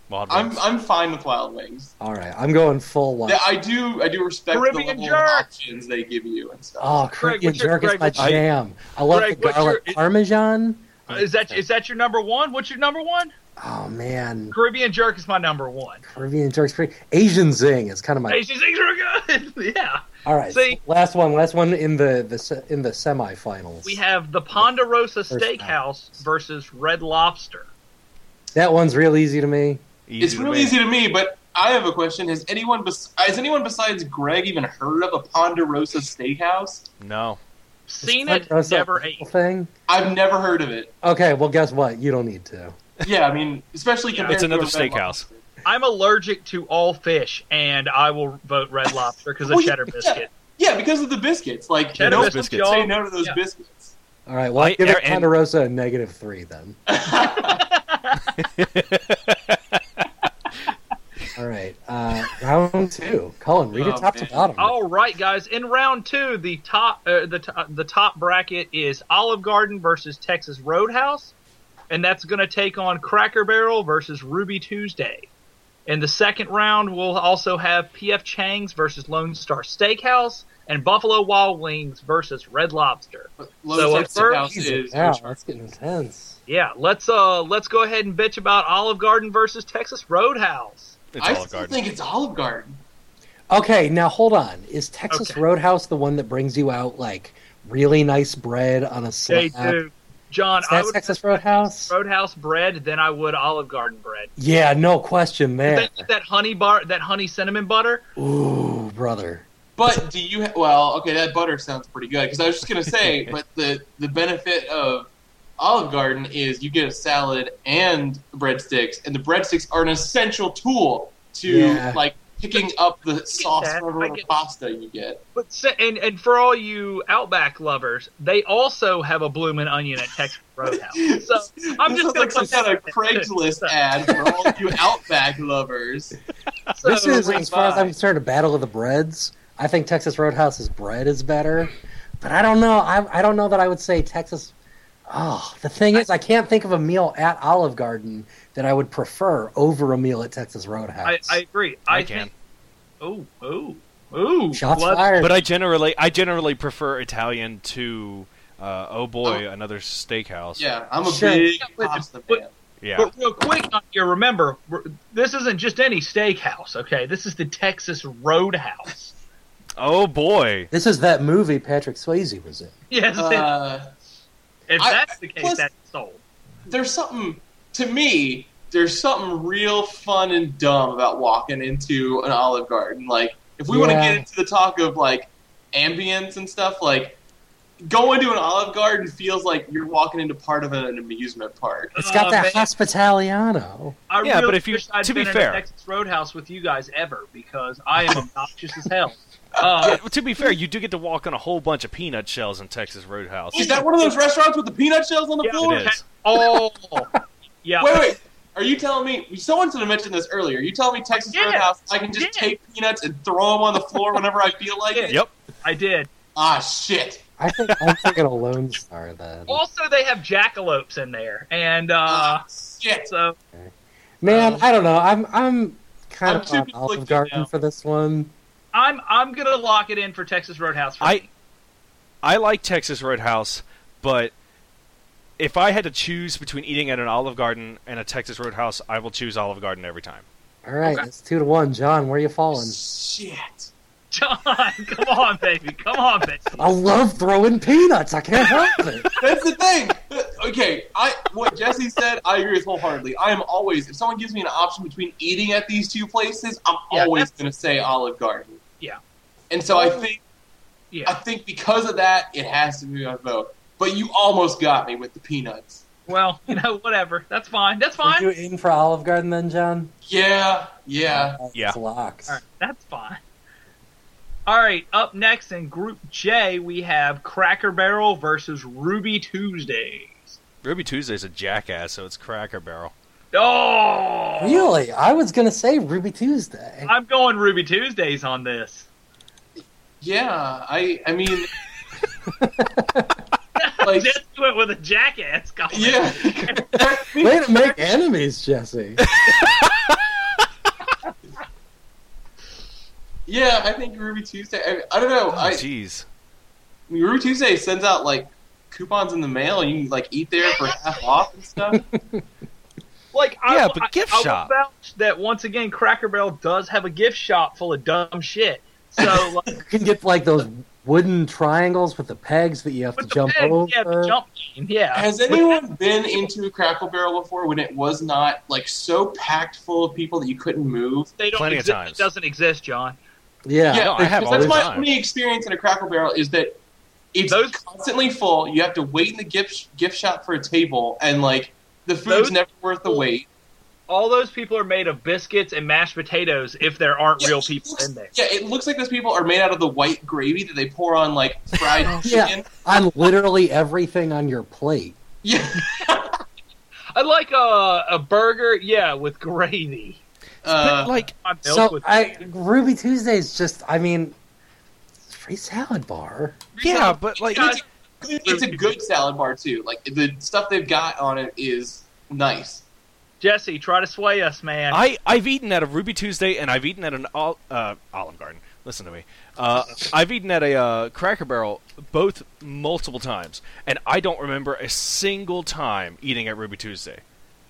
Wild
I'm
wings.
I'm fine with Wild Wings.
All right, I'm going full one.
Yeah, I do I do respect
Caribbean
the level
jerk. Ah,
of options they give you and stuff.
Oh,
Greg,
Caribbean
what's your-
jerk
Greg,
is my
what's your-
jam. I love
Greg,
the
what's your-
garlic parmesan.
Uh, Is that is that your number one? What's your number one?
Oh man,
Caribbean jerk is my number one.
Caribbean jerk's pretty. Asian zing is kind of my.
Hey, she's things are good. yeah,
All right,
See-
last one, last one in the the se- in the semifinals.
we have the Ponderosa
First
Steakhouse versus Red Lobster.
that one's real easy to me.
Easy
it's
to
real
make.
easy to me, but I have a question. Has anyone bes- has anyone besides Greg even heard of a Ponderosa Steakhouse?
No.
Seen
Is
it,
Ponderosa a
never ate.
local Thing.
I've never heard of it.
Okay, well, guess what? You don't need to.
Yeah, I mean, especially
Yeah.
compared
It's another
to a Red
steakhouse.
Lobster.
I'm allergic to all fish, and I will vote Red Lobster because of
Oh, yeah,
cheddar
yeah.
biscuit.
Yeah, because of the biscuits. Like,
Cheddar
no
biscuits,
one should say
y'all.
no to those
Yeah.
biscuits.
All right, well,
I-
give it
and-
Ponderosa a negative three then. All right, uh, round two. Colin, read
Oh,
it top
man.
to bottom.
All right, guys. In round two, the top uh, the to- the top bracket is Olive Garden versus Texas Roadhouse, and that's going to take on Cracker Barrel versus Ruby Tuesday. In the second round, we'll also have PF Chang's versus Lone Star Steakhouse and Buffalo Wild Wings versus Red Lobster. So,
Lone
uh,
Star
first-
Steakhouse is.
yeah, that's getting intense.
Yeah, let's uh let's go ahead and bitch about Olive Garden versus Texas Roadhouse.
It's
I
Olive
still
Garden.
think it's Olive Garden.
Okay, now hold on. Is Texas
Okay.
Roadhouse the one that brings you out like really nice bread on a
They
slab?
do. John,
Is
I
that
would
Texas Roadhouse?
Roadhouse bread than I would Olive Garden bread.
Yeah, no question there.
That, that honey bar, that honey cinnamon butter.
Ooh, brother.
But do you? Ha- well, okay, that butter sounds pretty good. Because I was just gonna say, but the the benefit of Olive Garden is you get a salad and breadsticks, and the breadsticks are an essential tool to
Yeah.
like picking up the sauce
that.
from
I
whatever
get-
pasta you get.
But se- and and for all you Outback lovers, they also have a bloomin' onion at Texas Roadhouse. So I'm
This
just
sounds
gonna
like some
put
kind of
that-
Craigslist ad for all you Outback lovers.
so-
this is, as far as
goodbye.
I'm concerned, a battle of the breads. I think Texas Roadhouse's bread is better, but I don't know. I, I don't know that I would say Texas. Oh, the thing is, I can't think of a meal at Olive Garden that I would prefer over a meal at Texas
I,
Roadhouse.
I agree.
I
I,
can.
Think, oh, oh, Ooh,
Shots
blood-
fired.
But I generally I generally prefer Italian to uh, oh boy another steakhouse.
Yeah, I'm a
Sure.
big
But-
pasta
but-
fan.
Yeah.
But real quick on here, remember we're- this isn't just any steakhouse. Okay, this is the Texas Roadhouse.
oh boy.
This is that movie Patrick Swayze was in.
Yes,
Uh,
if
I-
that's the case,
plus-
that's sold.
there's something to me. There's something real fun and dumb about walking into an Olive Garden. Like, if we want to
Yeah.
get into the talk of like ambience and stuff, like going to an Olive Garden feels like you're walking into part of an amusement park.
It's got
Oh,
that
man.
hospitaliano.
I
Yeah,
really
but if you-
wish I'd
to be
been
fair.
in a Texas Roadhouse with you guys ever because I am obnoxious as hell. Uh,
Yeah, to be fair, you do get to walk on a whole bunch of peanut shells in Texas Roadhouse.
Is that one of those restaurants with the peanut shells on the
Yeah,
floor?
It is.
oh, yeah.
Wait, wait. Are you telling me? Someone should have mentioned this earlier. You telling me Texas
Yeah,
Roadhouse? I can just
yeah.
take peanuts and throw them on the floor whenever I feel like it.
Yeah.
Yep.
I did.
Ah, shit.
I think I'm thinking a Lone Star then.
Also, they have jackalopes in there, and uh,
Ah, shit.
so
Man, I don't know. I'm I'm kind
I'm
of
too
on Olive
conflicted
Garden
now.
for this one.
I'm I'm gonna lock it in for Texas Roadhouse. For
I I like Texas Roadhouse, but if I had to choose between eating at an Olive Garden and a Texas Roadhouse, I will choose Olive Garden every time.
All right,
Okay.
it's two to one. John, where are you falling?
Shit.
John, come on, baby, come on, baby.
I love throwing peanuts. I can't help it.
That's the thing. Okay, I what Jesse said, I agree with wholeheartedly. I am always if someone gives me an option between eating at these two places, I'm
Yeah,
always
that's-
going to say Olive Garden.
Yeah.
And so I think I
Yeah.
think because of that, it has to be my vote. But you almost got me with the peanuts.
Well, you know, whatever. That's fine. That's
Are
fine.
you in for Olive Garden then, John? Oh,
Yeah, yeah.
Yeah.
It's locked.
All right, that's fine. All right, up next in Group J, we have Cracker Barrel versus Ruby Tuesdays.
Ruby Tuesday's a jackass, so it's Cracker Barrel.
Oh,
Really? I was gonna say Ruby Tuesday.
I'm going Ruby Tuesdays on this.
Yeah, I I mean Like-
Jesse went with a jackass comment.
yeah.
Way to make enemies, Jesse.
yeah, I think Ruby Tuesday. I, I don't know. I,
Jeez.
I mean, Rue Tuesday sends out like coupons in the mail, and you can like eat there for half off and stuff.
Like, I,
Yeah, but
I-
gift
I, will
shop.
vouch that once again, Cracker Barrel does have a gift shop full of dumb shit. So, like,
You can get like those wooden triangles with the pegs that you have
with
to
the
jump
peg,
over.
yeah, the jump game, yeah.
Has anyone been into a Crackle Barrel before when it was not like so packed full of people that you couldn't move?
they don't
Plenty of
exist.
times.
It doesn't exist, John.
Yeah.
No, I have all
that's
the
my
time.
only experience in a Crackle Barrel is that it's
Those-
constantly full. You have to wait in the gift gift shop for a table, and like the food's
Those-
never worth the wait.
All those people are made of biscuits and mashed potatoes if there aren't
Yeah,
real
it
people
looks-
in there.
Yeah, it looks like those people are made out of the white gravy that they pour on like fried
Oh,
Yeah.
chicken.
On literally everything on your plate.
Yeah.
I like uh, a, a burger, yeah, with gravy.
Uh,
But, like
My milk
So
with
I Ruby Tuesday is just I mean it's free salad bar.
yeah, but like
Guys,
it's a good salad bar too. Like the stuff they've got on it is nice.
Jesse, try to sway us, man.
I I've eaten at a Ruby Tuesday and I've eaten at an Ol- uh, Olive Garden. Listen to me. Uh, I've eaten at a uh, Cracker Barrel both multiple times, and I don't remember a single time eating at Ruby Tuesday.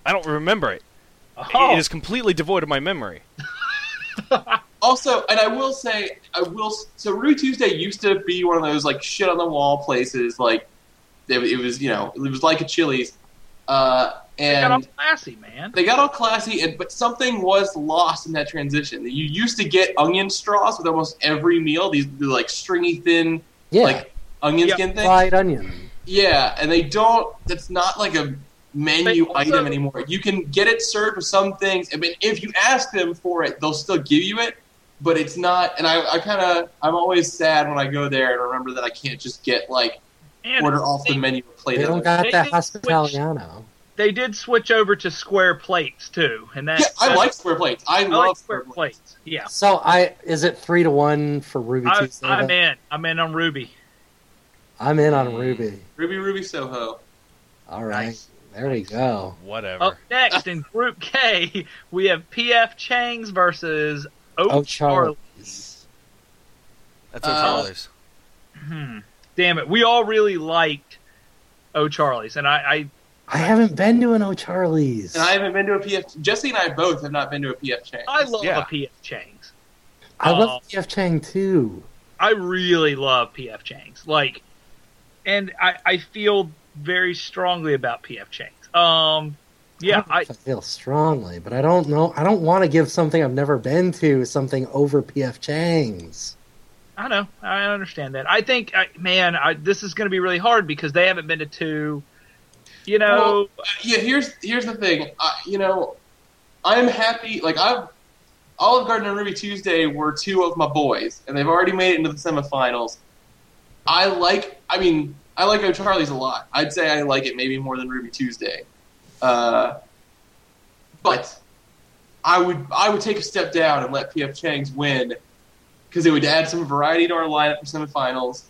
I don't remember it.
oh,
It is completely devoid of my memory.
Also, and I will say, I will. So Rue Tuesday used to be one of those like shit on the wall places. Like it, it was, you know, it was like a Chili's, uh,
they got all
and
classy, man.
they got all classy. And but something was lost in that transition. You used to get onion straws with almost every meal. These the, like stringy thin
Yeah.
like onion
Yeah.
skin things.
fried onion.
Yeah, and they don't. That's not like a menu
They also-
item anymore. You can get it served with some things. I mean, if you ask them for it, they'll still give you it, but it's not. And I, I kind of, I'm always sad when I go there and remember that I can't just get like
And
order off the menu and play
They don't
that.
got
They
that
didn't switch-
hospitaliano.
they did switch over to square plates too, and that
Yeah, I
that's-
like square plates. I,
I
love
like square plates. Yeah,
So I is it three to one for Ruby
I,
Tuesday?
I'm in. I'm in on Ruby.
I'm in on Ruby.
Ruby Ruby Soho.
All right.
Nice.
There we go.
Whatever.
Up next in Group K, we have PF Chang's versus Oak
Oh,
Charlie.
Charlie's.
That's what
Uh,
Charlie's.
Hmm. Damn it. We all really liked O'Charlie's, and I,
I haven't been to an Oh, O'Charlie's.
And I haven't been to a PF. Jesse and I both have not been to a PF Chang's.
I, I love
Yeah.
a PF Chang's.
I love
Oh.
P.F. Chang too.
I really love PF Chang's. Like, and I, I feel very strongly about PF Chang's. Um,
I,
yeah, I,
don't know if I feel strongly, but I don't know. I don't want to give something I've never been to something over P.F. Chang's.
I know. I understand that. I think, I, man, I, this is going to be really hard because they haven't been to two. You know,
yeah, here's here's the thing. I, you know, I'm happy. Like I've Olive Garden and Ruby Tuesday were two of my boys, and they've already made it into the semifinals. I like. I mean, I like O'Charlie's a lot. I'd say I like it maybe more than Ruby Tuesday. Uh, but I would I would take a step down and let PF Chang's win because it would add some variety to our lineup for semifinals.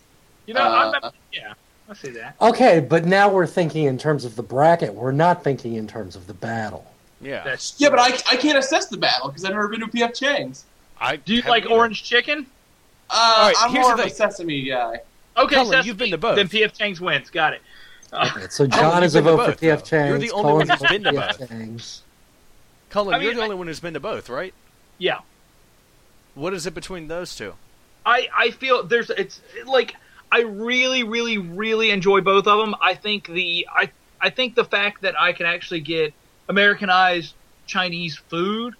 you know,
uh,
I'm, yeah, I see that.
Okay, but now we're thinking in terms of the bracket. We're not thinking in terms of the battle.
Yeah.
That's,
Yeah, but I, I can't assess the battle because I've never been to a PF Chang's.
I
do you
haven't
like
either.
orange chicken?
Uh,
All right,
I'm
here's
more
the
of a
thing.
sesame guy.
Okay,
Colin,
Sesame,
you've been to both.
Then PF Chang's wins. Got it. Uh,
Okay, so
Oh,
John
you've
is a
been to
vote for
both,
P.F.
though.
Chang's.
You're the only one
Colin's
who's
a vote
been to
for P.F.
both.
Chang's.
Cullen,
I
you're
mean,
the
I-
only one who's been to both, right?
yeah,
What is it between those two?
I I feel there's it's like I really really really enjoy both of them. I think the I I think the fact that I can actually get Americanized Chinese food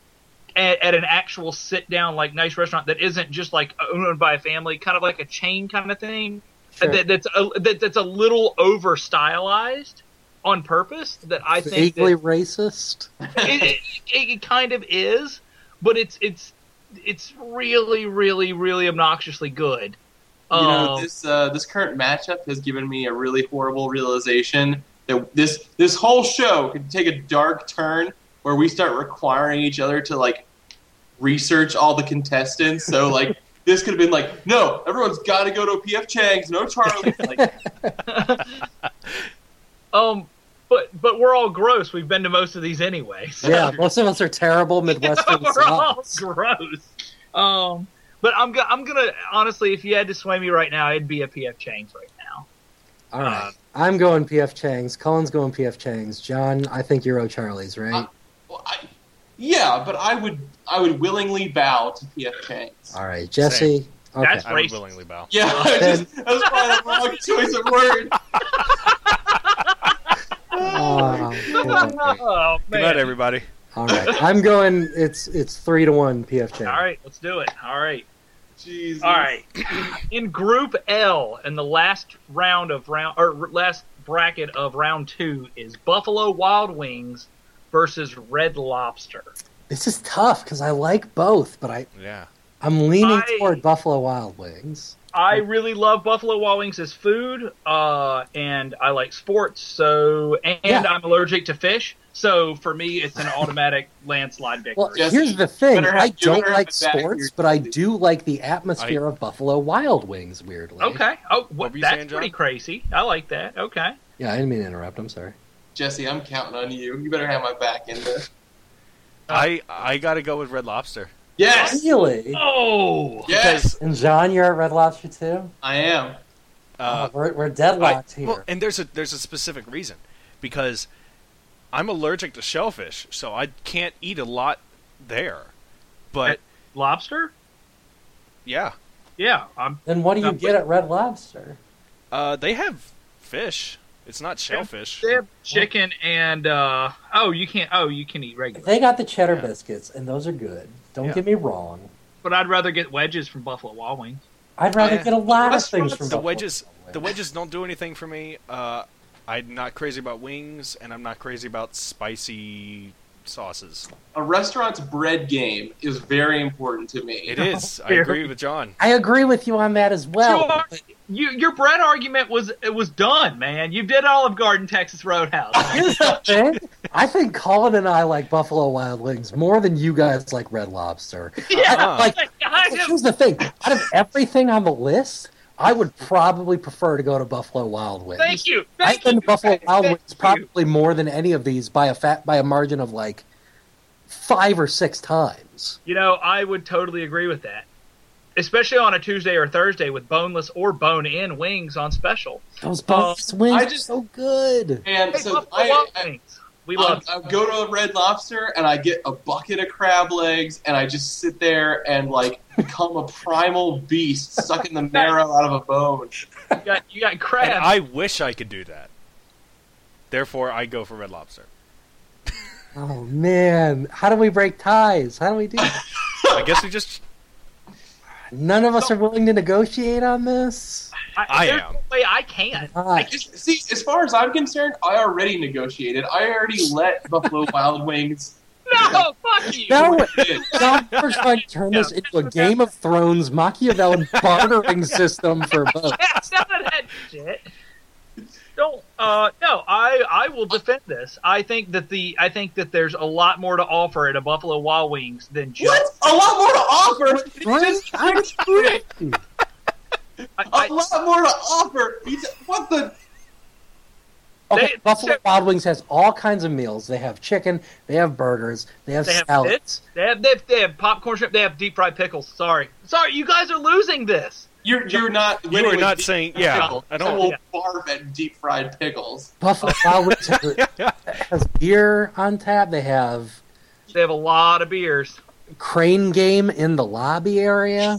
at, at an actual sit down like nice restaurant that isn't just like owned by a family, kind of like a chain kind of thing.
Sure.
That, that's a, that, that's a little over stylized on purpose. That I think that-
Vaguely racist.
it, it, it, it kind of is, but it's it's it's really really really obnoxiously good.
You know,
Um,
this uh, this current matchup has given me a really horrible realization that this this whole show could take a dark turn where we start requiring each other to like research all the contestants. So like this could have been like, no, everyone's got to go to a PF Chang's, no Charlie. Like,
um, but but we're all gross. We've been to most of these anyway. So
Yeah, most of us are terrible Midwestern
we're all
snobs.
gross. Um, but I'm go- I'm gonna honestly, if you had to sway me right now, it'd be a PF Chang's right now.
All right. I'm going PF Chang's. Colin's going PF Chang's. John, I think you're O'Charlie's, right?
well, I, yeah, but I would I would willingly bow to PF Chang's.
All right. Jesse. Okay.
That's
I would
racist.
willingly bow.
Yeah, I just, that was probably the wrong choice of word.
Oh, God.
oh
Good
man!
night, everybody.
All right. I'm going. It's it's three to one PF Chang's.
all right, let's do it. All right.
Jesus.
All right. In Group L, and the last round of round or last bracket of round two is Buffalo Wild Wings versus Red Lobster.
This is tough because I like both, but I
Yeah.
I'm leaning
I-
toward Buffalo Wild Wings.
I really love Buffalo Wild Wings as food, uh, and I like sports. So, and
Yeah.
I'm allergic to fish. So for me, it's an automatic landslide victory.
Well,
Jesse,
here's the thing:
better have-
I
you
don't
better have
like
it back here,
sports, but I
Jesse.
do like the atmosphere of Buffalo Wild Wings. Weirdly,
okay. Oh, what,
What were you
that's
saying, John?
pretty crazy. I like that. Okay.
Yeah, I didn't mean to interrupt. I'm sorry.
Jesse, I'm counting on you. You better have my back in this.
I I gotta go with Red Lobster
Yes,
Really?
Oh,
yes,
And John, you're at Red Lobster too.
I am.
uh,
Oh, we're, we're
I-
deadlocked here.
well, and there's a there's a specific reason because I'm allergic to shellfish, so I can't eat a lot there. But
lobster.
yeah,
Yeah, I'm
then what do you
No,
get at Red Lobster?
uh, they have fish. It's not shellfish.
They have chicken and uh, oh, you can't. Oh, you can eat regular.
They got the cheddar
Yeah.
biscuits, and those are good. Don't
Yeah.
get me wrong.
But I'd rather get wedges from Buffalo Wild Wings.
I'd rather
yeah.
get a lot of things
Restaurants,
from
The
Buffalo
wedges
Wild
the
Wings.
wedges don't do anything for me. Uh, I'm not crazy about wings, and I'm not crazy about spicy sauces.
A restaurant's bread game is very important to me.
It is. I
Very-
agree with John.
I agree with you on that as well.
Your-
but
you, your bread argument was it was done, man. You did Olive Garden, Texas Roadhouse.
Here's the thing: I think Colin and I like Buffalo Wild Wings more than you guys like Red Lobster.
yeah,
Uh-uh.
like, I
But
have-
here's the thing: out of everything on the list, I would probably prefer to go to Buffalo Wild Wings.
thank you,
I've
thank
been
you.
to Buffalo Wild
Thank
Wings
you.
probably more than any of these by a fat by a margin of like five or six times.
You know, I would totally agree with that. especially on a Tuesday or Thursday with boneless or bone in wings on special.
Those
Uh,
boneless wings
I
are
just-
so good.
And
Hey,
so
Buffalo
I,
love
I,
wings. We
I'll,
love.
I'll go to a Red Lobster and I get a bucket of crab legs and I just sit there and like become a primal beast sucking the marrow out of a bone.
you got you got
And
crabs.
I wish I could do that. Therefore, I go for Red Lobster.
Oh man, how do we break ties? How do we do? That?
I guess we just.
None of us are willing to negotiate on this. Ah,
I
there's
am.
no way I can.
God.
It's- See, as far as I'm concerned, I already negotiated. I already let Buffalo Wild Wings.
No, fuck you.
No,
do what it did.
Now we're trying to turn this into a Game of Thrones Machiavellian bartering system for both.
Yeah, none of that shit. Don't. Uh, no, I I will defend this. I think that the I think that there's a lot more to offer at a Buffalo Wild Wings than just.
What? A lot more to offer. It's
Right?
just
I'm screwed.
I-
a
I-
lot more to offer. It's- What the?
Okay,
They-
Buffalo
so-
Wild Wings has all kinds of meals. They have chicken, they have burgers, they have
They have
salads.
they have, they have they have popcorn shrimp. They have deep fried pickles. Sorry, sorry, you guys are losing this.
You're you're not.
You
winning
are
with
not
deep
saying.
fried
Yeah,
pickles.
I
I
don't.
will barf at deep fried pickles.
Buffalo Wild Wings has, has beer on tap. They have
They have a lot of beers.
crane game in the lobby area.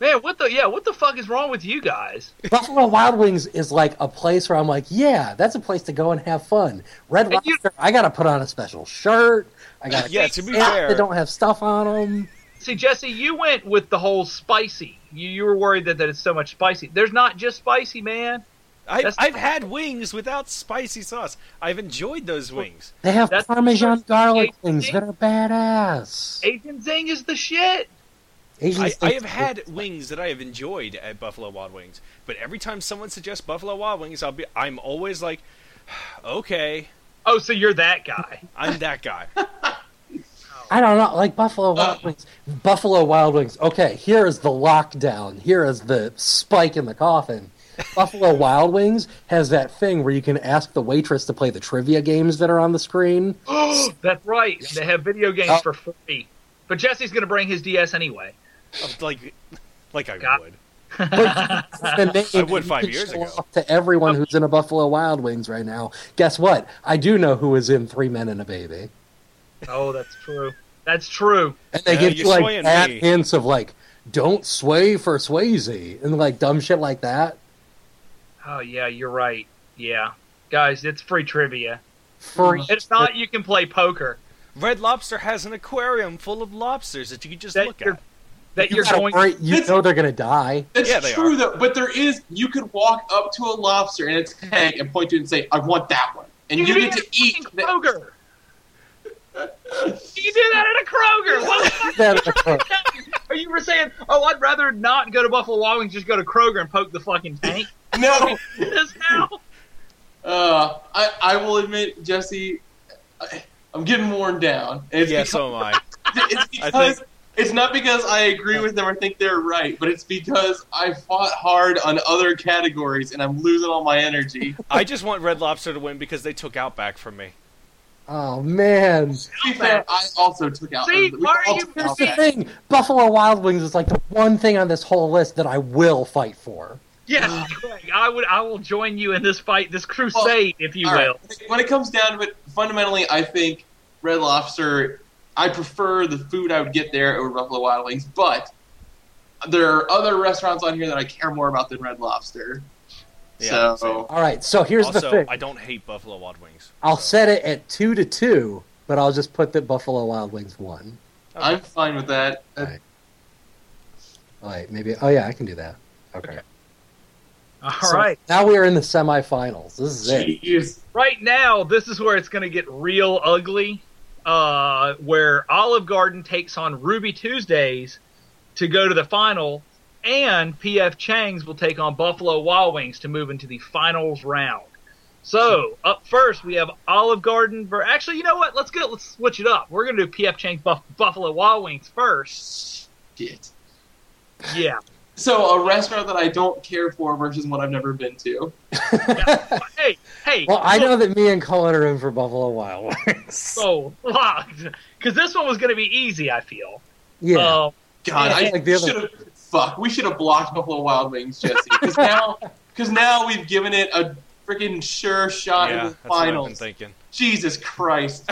Man, what the yeah? What the fuck is wrong with you guys?
Buffalo Wild Wings is like a place where I'm like, yeah, that's a place to go and have fun. Red
And
Lobster,
you-
I gotta put on a special shirt. I gotta
Yeah, to be
Yeah, They
fair,
don't have stuff on them.
See, Jesse, you went with the whole spicy. You you were worried that, that it's so much spicy. There's not just spicy, man.
I,
That's-
I've had wings without spicy sauce. I've enjoyed those wings.
They have
That's the
Parmesan
first
garlic
Asian
things
thing.
that are badass.
Asian zing is the shit.
Asian
I, I
things
have
are
had wings that I have enjoyed at Buffalo Wild Wings, but every time someone suggests Buffalo Wild Wings, I'll be I'm always like, okay,
Oh, so you're that guy.
I'm that guy.
I don't know, like Buffalo Wild
Uh.
Wings. Buffalo Wild Wings. Okay, here is the lockdown. Here is the spike in the coffin. Buffalo Wild Wings has that thing where you can ask the waitress to play the trivia games that are on the screen.
That's right. They have video games
Oh.
for free. But Jesse's gonna bring his DS anyway.
I'm like, like I
God.
would.
But it's been made,
I would
you
five
can
years
show
ago.
off To everyone who's in a Buffalo Wild Wings right now, guess what? I do know who is in Three Men and a Baby.
Oh, that's true. That's true.
And they
Yeah,
give you
you're
like
swaying
bad
me.
hints of like, don't sway for Swayze and like dumb shit like that.
Oh yeah, you're right. Yeah. Guys, it's free trivia.
Free.
It's not you can play poker.
Red Lobster has an aquarium full of lobsters that you can just
That
look
you're-
at.
That
You
you're
gotta
going
worry- you know they're gonna die.
That's
Yeah, they
true
are.
though. But there is you could walk up to a lobster and its head and point to it and say, "I want that one," and you,
can
get
do
to
that
eat.
at fucking
that-
Kroger. you can do that at a Kroger. What the
That- uh,
Or you were saying, oh, I'd rather not go to Buffalo Wild Wings, just go to Kroger and poke the fucking tank.
No,
this now.
uh, I I will admit, Jesse, I, I'm getting worn down. It's
Yeah,
because,
so am I.
it's
I
because it's not because I agree with them or think they're right, but it's because I fought hard on other categories and I'm losing all my energy.
I just want Red Lobster to win because they took Outback from me.
oh man.
To be fair, I also took out.
See,
we
why are
all
you
took
Here's
out
the
that.
thing. Buffalo Wild Wings is like the one thing on this whole list that I will fight for.
Yes, Greg, I would. I will join you in this fight, this crusade, if you
All right.
will.
When it comes down to it, fundamentally, I think Red Lobster. I prefer the food I would get there over Buffalo Wild Wings, but there are other restaurants on here that I care more about than Red Lobster.
Yeah, same.
so
All right, so here's the
also,
thing.
I don't hate Buffalo Wild Wings.
I'll set it at two to two, but I'll just put that Buffalo Wild Wings won.
I'm fine with that.
All right. All right, maybe. Oh yeah, I can do that. Okay.
All right.
So now we are in the semifinals. This is it.
Jeez.
Right now, this is where it's going to get real ugly. Uh, where Olive Garden takes on Ruby Tuesdays to go to the final, and PF Chang's will take on Buffalo Wild Wings to move into the finals round. So up first we have Olive Garden. Ver- Actually, you know what? Let's go. Let's switch it up. We're going to do PF Chang's Buff- Buffalo Wild Wings first.
Shit.
Yeah.
So a restaurant that I don't care for versus one I've never been to.
hey, hey.
Well, I
so-
know that me and Colin are in for Buffalo Wild Wings.
so locked because this one was going to be easy. I feel.
yeah.
Uh,
God, I
Like the other-
should have. Fuck, we should have blocked Buffalo Wild Wings, Jesse. Because now, because now we've given it a freaking sure shot
yeah,
in
that's
Uh, the
what I've been
finals.
thinking.
Jesus Christ!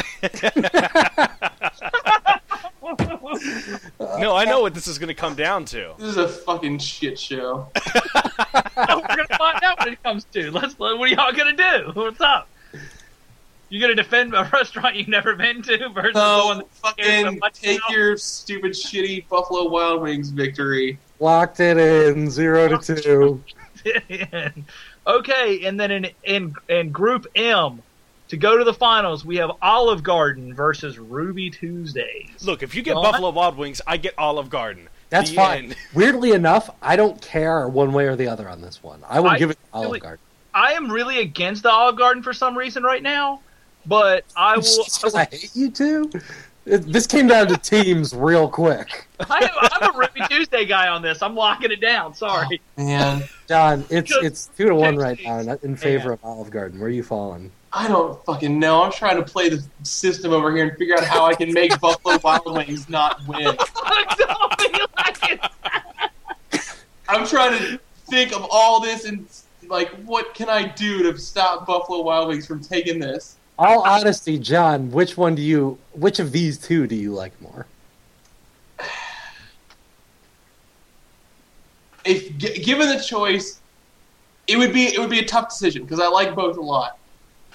No, I know what this is going to come down to.
This is a fucking shit show.
Oh, we're gonna find out what it comes to. Let's. What are y'all gonna do? What's up? You gonna defend a restaurant you've never been to versus the one
No,
Oh.
that scares the
fucking
much
take
out?
your stupid shitty Buffalo Wild Wings victory.
Locked it in, zero to two.
in. Okay, and then in, in in Group M, to go to the finals, we have Olive Garden versus Ruby Tuesdays.
Look, if you get
What?
Buffalo Wild Wings, I get Olive Garden.
That's
The
fine.
end.
Weirdly enough, I don't care one way or the other on this one. I will
I
give it to
really-
Olive Garden.
I am really against the Olive Garden for some reason right now, but I
It's
will.
just 'cause I hate you two. It- this came down to teams real quick.
I am, I'm a Ruby Tuesday guy on this. I'm locking it down. Sorry.
Man,
John, it's
Just-
it's two to one right
Texas.
now in- in favor of Olive Garden. Where are you falling?
I don't fucking know. I'm trying to play the system over here and figure out how I can make Buffalo Wild Wings not win.
Don't be like it.
I'm trying to think of all this and like, what can I do to stop Buffalo Wild Wings from taking this?
All honesty, John, which one do you? Which of these two do you like more?
If g- given the choice, it would be it would be a tough decision because I like both a lot.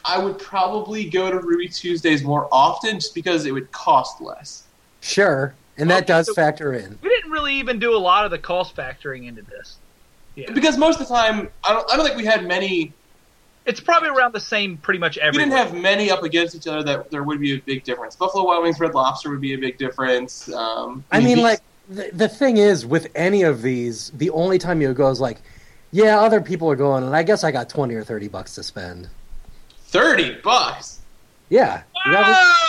I would probably go to Ruby Tuesdays more often just because it would cost less.
Sure, and that
Okay,
does
so-
factor in.
We didn't really even do a lot of the cost factoring into this. Yeah.
Because most of the time, I don't, I don't think we had many.
It's probably around the same pretty much
We
everywhere.
didn't have many up against each other that there would be a big difference. Buffalo Wild Wings, Red Lobster would be a big difference. Um,
Mhm.
I mean,
these-
like the, the thing is, with any of these, the only time you go is like, yeah, other people are going, and I guess I got twenty or thirty bucks to spend.
thirty bucks.
Yeah, you gotta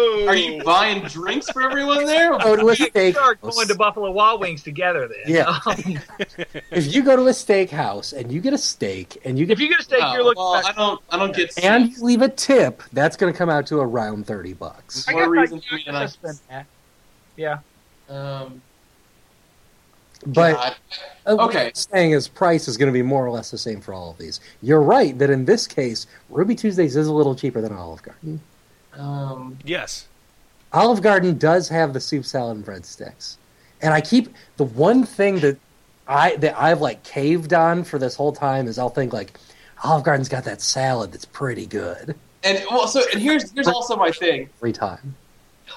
Oh!
Are you buying drinks for everyone there?
go to a
We Ah! are
steakhouse.
going to Buffalo Wild Wings together then.
Yeah.
Um,
if you go to a steakhouse and you get a steak and you
if
get
you're going to steak,
Oh,
you're looking
well,
back-
I don't. I don't get.
and
sick.
you leave a tip, that's going to come out to around thirty bucks.
more reason
guess
for me to
I
not-
spend that. Yeah.
Um,
But
God.
uh, what
okay.
I'm saying is price is going to be more or less the same for all of these. You're right that in this case, Ruby Tuesdays is a little cheaper than Olive Garden.
Um,
Yes.
Olive Garden does have the soup salad and breadsticks, and I keep the one thing that I that I've like caved on for this whole time is I'll think like Olive Garden's got that salad that's pretty good
and well, so and here's here's also my thing.
every time.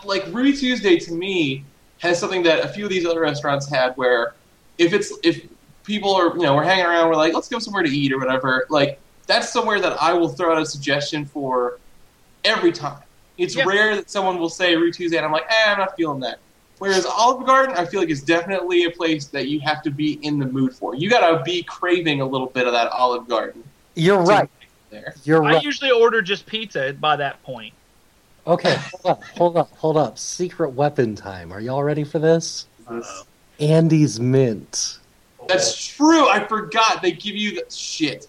Like Ruby Tuesday to me has something that a few of these other restaurants had, where if it's if people are you know we're hanging around, we're like let's go somewhere to eat or whatever. Like that's somewhere that I will throw out a suggestion for every time. It's
Yeah.
rare that someone will say Ruby Tuesday, and I'm like, eh, I'm not feeling that. Whereas Olive Garden, I feel like is definitely a place that you have to be in the mood for. You gotta be craving a little bit of that Olive Garden.
You're right.
There.
You're
I
right.
usually order just pizza by that point.
Okay, hold up, hold up, hold up. Secret weapon time. Are y'all ready for this? Andy's mint.
That's true. I forgot they give you the shit.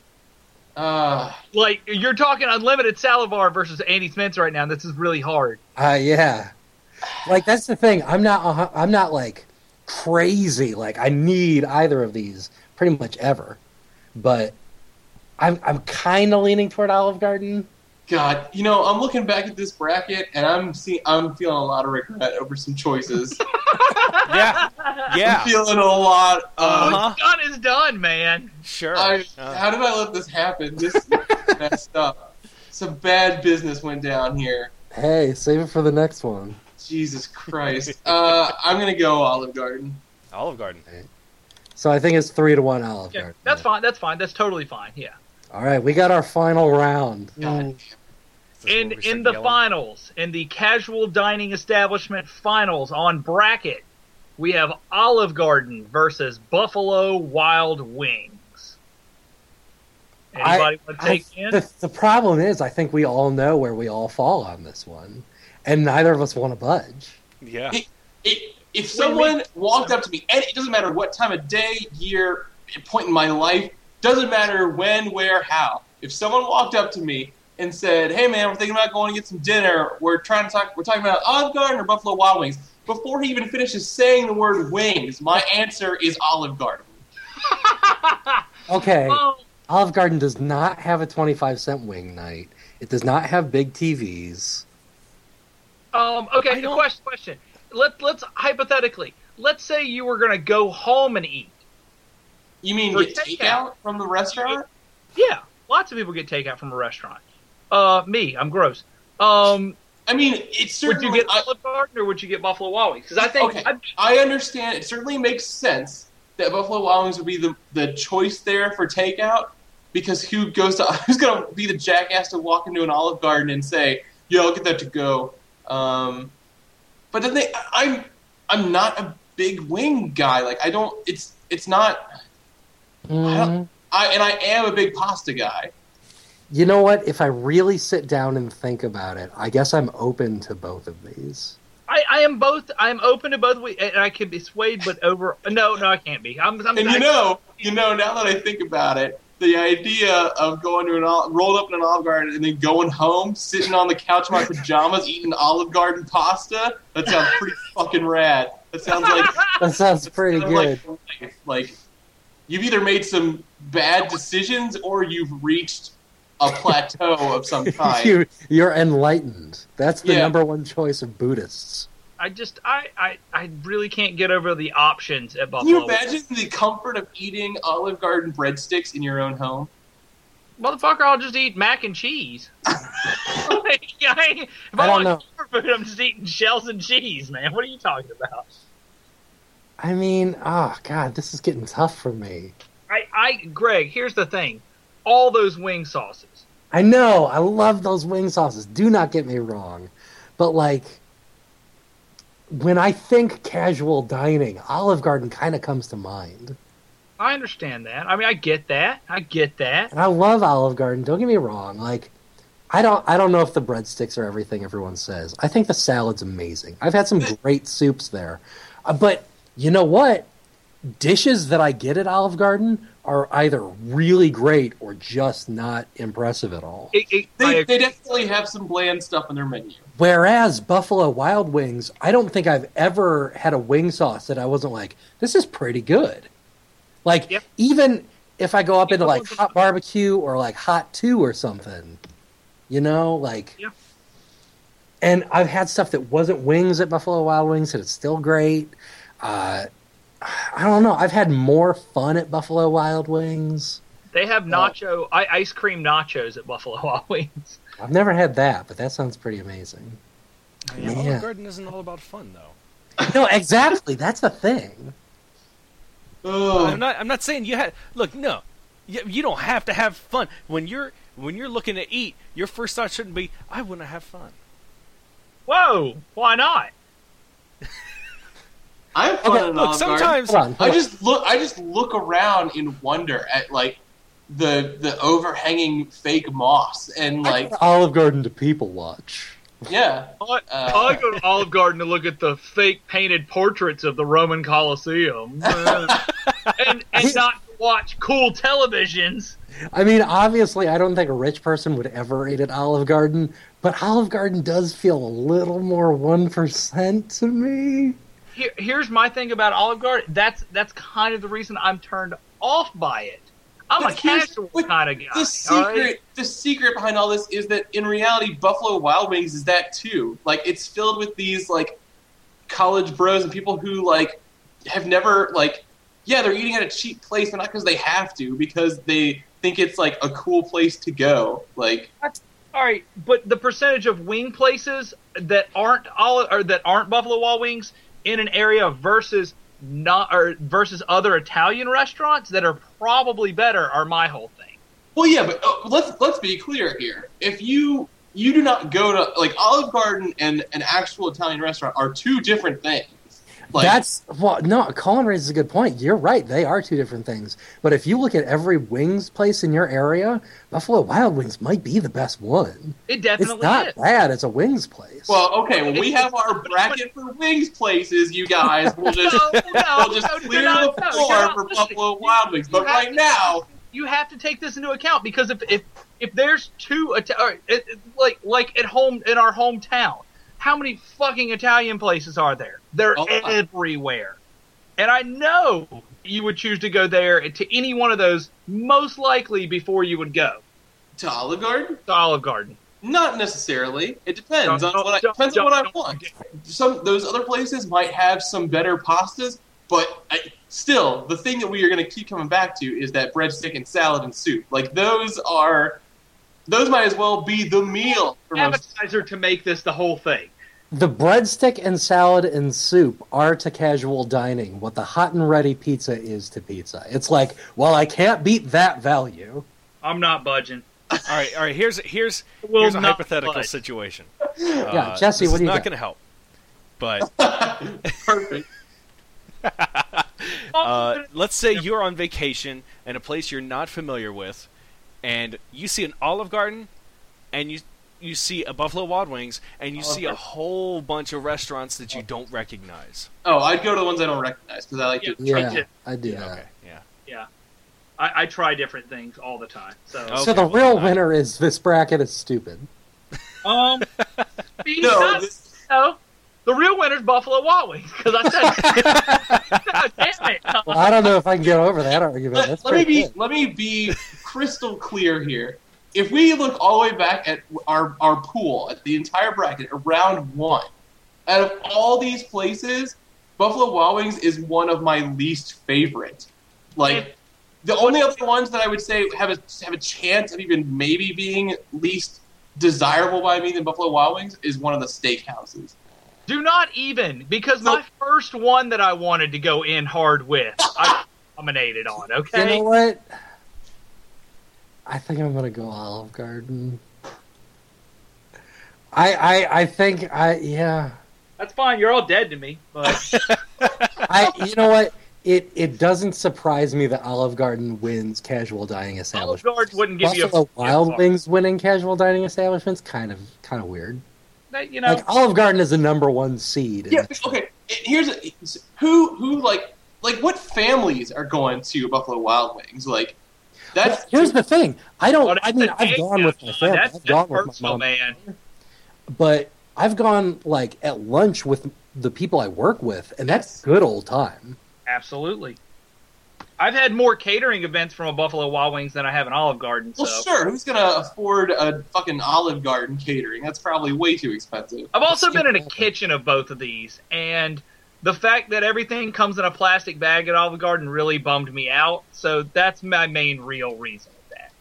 Uh,
Like, you're talking unlimited Salivar versus Andy Smith right now, and this is really hard.
Uh yeah. Like that's the thing. I'm not. uh, I'm not like crazy. Like I need either of these pretty much ever, but I'm I'm kind of leaning toward Olive Garden.
God, you know, I'm looking back at this bracket and I'm see, I'm feeling a lot of regret over some choices.
Yeah.
I'm
Yeah.
feeling a lot. Of,
Uh-huh.
Done is done, man.
Sure.
I,
Uh,
how did I let this happen? This is messed up. Some bad business went down here.
Hey, save it for the next one.
Jesus Christ. Uh, I'm gonna go Olive Garden.
Olive Garden.
So I think it's three to one Olive
Yeah,
Garden.
that's fine. That's fine. That's totally fine. Yeah.
All right, we got our final round.
Mm.
God.
Is this
In
where we start
in the
yelling?
finals, in the casual dining establishment finals on bracket, we have Olive Garden versus Buffalo Wild Wings. Anybody want to take
I-
in?
the, the problem is, I think we all know where we all fall on this one, and neither of us want to budge.
Yeah.
It, if
Wait,
someone
wait.
walked up to me, and it doesn't matter what time of day, year, point in my life, doesn't matter when, where, how. If someone walked up to me and said, "Hey, man, we're thinking about going to get some dinner. We're trying to talk. We're talking about Olive Garden or Buffalo Wild Wings," before he even finishes saying the word wings, my answer is Olive Garden.
Okay.
Oh,
Olive Garden does not have a 25 cent wing night. It does not have big TVs.
Um, okay, question, question. Let, let's hypothetically, let's say you were going to go home and eat.
You mean
For
get
takeout.
takeout from the restaurant?
Yeah, lots of people get takeout from a restaurant. Uh, me, I'm gross. Um,
I mean, it's
would
certainly.
you get
I,
Olive Garden or would you get Buffalo Wild Wings? Because I think
Okay.
I'd-
I understand. It certainly makes sense that Buffalo Wild Wings would be the, the choice there for takeout because who goes to who's going to be the jackass to walk into an Olive Garden and say, "Yo, I'll get that to go." Um, but the thing, I- I'm I'm not a big wing guy. Like I don't. It's it's not.
Mhm.
I and I am a big pasta guy.
You know what? If I really sit down and think about it, I guess I'm open to both of these.
I, I am both. I am open to both. we- And I can be swayed, but over. No, no, I can't be. I'm. I'm
And
I-
you know, you know, now that I think about it, the idea of going to an Ol- rolled up in an Olive Garden and then going home, sitting on the couch in my pajamas, eating Olive Garden pasta, that sounds pretty fucking rad. That sounds like
That sounds pretty
sounds
good.
Like, life. like you've either made some bad decisions or you've reached a plateau of some kind.
you, you're enlightened. That's the
Yeah.
number one choice of Buddhists.
I just. I, I. I really can't get over the options at
Can
Buffalo.
you
Wild Wings.
imagine the comfort of eating Olive Garden breadsticks in your own home?
motherfucker? I'll just eat mac and cheese. Like, I ain't- if
I
I,
don't
want
know.
comfort food, I'm just eating shells and cheese, man. What are you talking about?
I mean, ah, God, this is getting tough for me.
I, I, Greg. Here's the thing. All those wing sauces.
I know, I love those wing sauces. Do not get me wrong. But, like, when I think casual dining, Olive Garden kind of comes to mind.
I understand that. I mean, I get that. I get that.
And I love Olive Garden, don't get me wrong. Like, I don't, I don't know if the breadsticks are everything everyone says. I think the salad's amazing. I've had some great soups there. Uh, but you know what? Dishes that I get at Olive Garden are either really great or just not impressive at all.
It, it, I
They,
agree.
they definitely have some bland stuff in their menu.
Whereas Buffalo Wild Wings, I don't think I've ever had a wing sauce that I wasn't like, this is pretty good. Like
Yep.
even if I go up
Yeah,
into
that
like
wasn't-
hot barbecue or like hot two or something, you know, like.
Yeah.
And I've had stuff that wasn't wings at Buffalo Wild Wings and it's still great. Uh, I don't know. I've had more fun at Buffalo Wild Wings.
They have nacho, I, ice cream nachos at Buffalo Wild Wings.
I've never had that, but that sounds pretty amazing.
Yeah,
Yeah.
Olive Garden isn't all about fun, though.
No, exactly. That's the thing.
Ugh. Oh.
I'm not. I'm not saying you had. Look, no, you, you don't have to have fun when you're when you're looking to eat. Your first thought shouldn't be, "I want to have fun."
Whoa, why not?
I'm fun
Okay,
in
Look,
Olive
sometimes
Hold on.
Garden. I
hold on.
just look. I just look around in wonder at like the the overhanging fake moss and like
Olive Garden to people watch.
yeah.
I,
Uh.
I go to Olive Garden to look at the fake painted portraits of the Roman Colosseum Uh, and, and not watch cool televisions.
I mean, obviously, I don't think a rich person would ever eat at Olive Garden, but Olive Garden does feel a little more one percent to me.
Here, here's my thing about Olive Garden. That's that's kind of the reason I'm turned off by it. I'm
But
a
here's-
casual
but
kind of guy.
The
all right?
secret, the secret behind all this is that in reality, Buffalo Wild Wings is that too. Like it's filled with these like college bros and people who like have never like yeah they're eating at a cheap place, but not because they have to, because they think it's like a cool place to go. Like
All right, but the percentage of wing places that aren't all or that aren't Buffalo Wild Wings in an area versus not or versus other Italian restaurants that are probably better are my whole thing.
Well, yeah, but uh, let's let's be clear here. If you you do not go to like Olive Garden and an actual Italian restaurant are two different things. Like,
That's well, no. Colin raises a good point. You're right; they are two different things. But if you look at every wings place in your area, Buffalo Wild Wings might be the best one.
It
It's
definitely
not
is.
bad. It's a wings place.
well, okay. Well, we have our bracket for wings places, you guys. We'll just
No, no,
we'll just
no,
clear
you're not-
the
no,
floor
you're not
for
listening.
Buffalo Wild Wings. But
You have
right
to-
now,
you have to take this into account because if if if there's two Ita- or, it, it- like like at home in our hometown, How many fucking Italian places are there? They're
Oh, I-
everywhere. And I know you would choose to go there to any one of those most likely before you would go
To Olive Garden?
to Olive Garden.
Not necessarily. It depends
Don't-
on what I,
don't-
depends on
don't-
what I
don't
want. Some those other places might have some better pastas, but I, still, the thing that we are going to keep coming back to is that breadstick and salad and soup. Like those are, those might as well be the meal for most.
Appetizer to make this the whole thing.
The breadstick and salad and soup are to casual dining what the hot and ready pizza is to pizza. It's like, well, I can't beat that value.
I'm not budging.
All right, all right. Here's here's
Will
here's a
not
hypothetical
budge.
situation. Uh,
Yeah, Jesse,
this
what
is
do you
not
got?
going to help. But
Perfect.
uh, let's say you're on vacation in a place you're not familiar with, and you see an Olive Garden, and you you see a Buffalo Wild Wings, and you
Olive
see a
Garden.
whole bunch of restaurants that you don't recognize.
Oh, I'd go to the ones I don't recognize because I like to.
Yeah.
Yeah, I do that.
Okay, yeah.
I, I try different things all the time. So,
Oh.
so the
Okay, well,
real
then I-
winner is this bracket is stupid.
No,
um, because-
this,
No. The real winner's Buffalo Wild Wings because I said, God damn it.
Well, I don't know if I can get over that argument.
let,
That's
let me
pretty
be
good.
let me be crystal clear here. If we look all the way back at our our pool at the entire bracket around one, out of all these places, Buffalo Wild Wings is one of my least favorite. Like the only other ones that I would say have a have a chance of even maybe being least desirable by me than Buffalo Wild Wings is one of the steakhouses.
Do not even because my first one that I wanted to go in hard with, I dominated on. Okay,
You know what? I think I'm gonna go Olive Garden. I I, I think I yeah.
that's fine. You're all dead to me, but
I you know what? It it doesn't surprise me that Olive Garden wins casual dining
Olive
establishments.
Garden wouldn't give you
Buffalo
a
Wild Wings winning casual dining establishments kind of kind of weird.
That, you know,
Like Olive Garden is the number one seed. in
Yeah.
this.
Okay. Here's a, who who like like what families are going to Buffalo Wild Wings? Like that's
But here's the thing. I don't.
Oh,
I mean,
that's
I've gone with my
that's-
family.
That's,
I've gone
that's
with my
personal,
mom.
man.
but I've gone like at lunch with the people I work with, and that's good old time.
Absolutely. I've had more catering events from a Buffalo Wild Wings than I have an Olive Garden. So
well, sure. Who's gonna afford a fucking Olive Garden catering? That's probably way too expensive.
I've also been in a
Stupid.
kitchen of both of these, and the fact that everything comes in a plastic bag at Olive Garden really bummed me out. So that's my main real reason of that.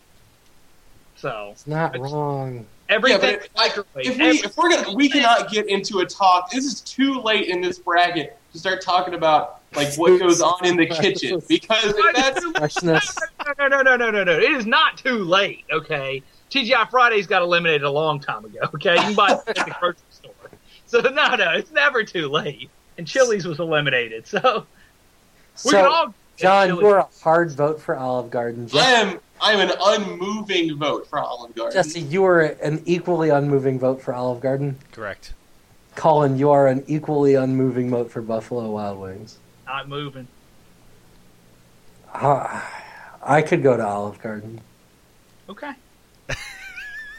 So
It's not
It's-
wrong.
Yeah,
everything.
but if, like, if we if we're gonna we cannot get into a talk. This is too late in this bracket to start talking about like what goes on in the kitchen because if that's
Freshness.
no, no, no, no, no, no. It is not too late. Okay, TGI Fridays got eliminated a long time ago. Okay, you can buy it at the grocery store. So no, no, it's never too late. And Chili's was eliminated, so we can
so,
all.
John,
Chili's.
you're a hard vote for Olive Garden.
I
Jesse,
am I'm an unmoving vote for Olive Garden.
Jesse, you are an equally unmoving vote for Olive Garden.
Correct.
Colin, you are an equally unmoving vote for Buffalo Wild Wings.
not moving.
Uh, I could go to Olive Garden.
Okay.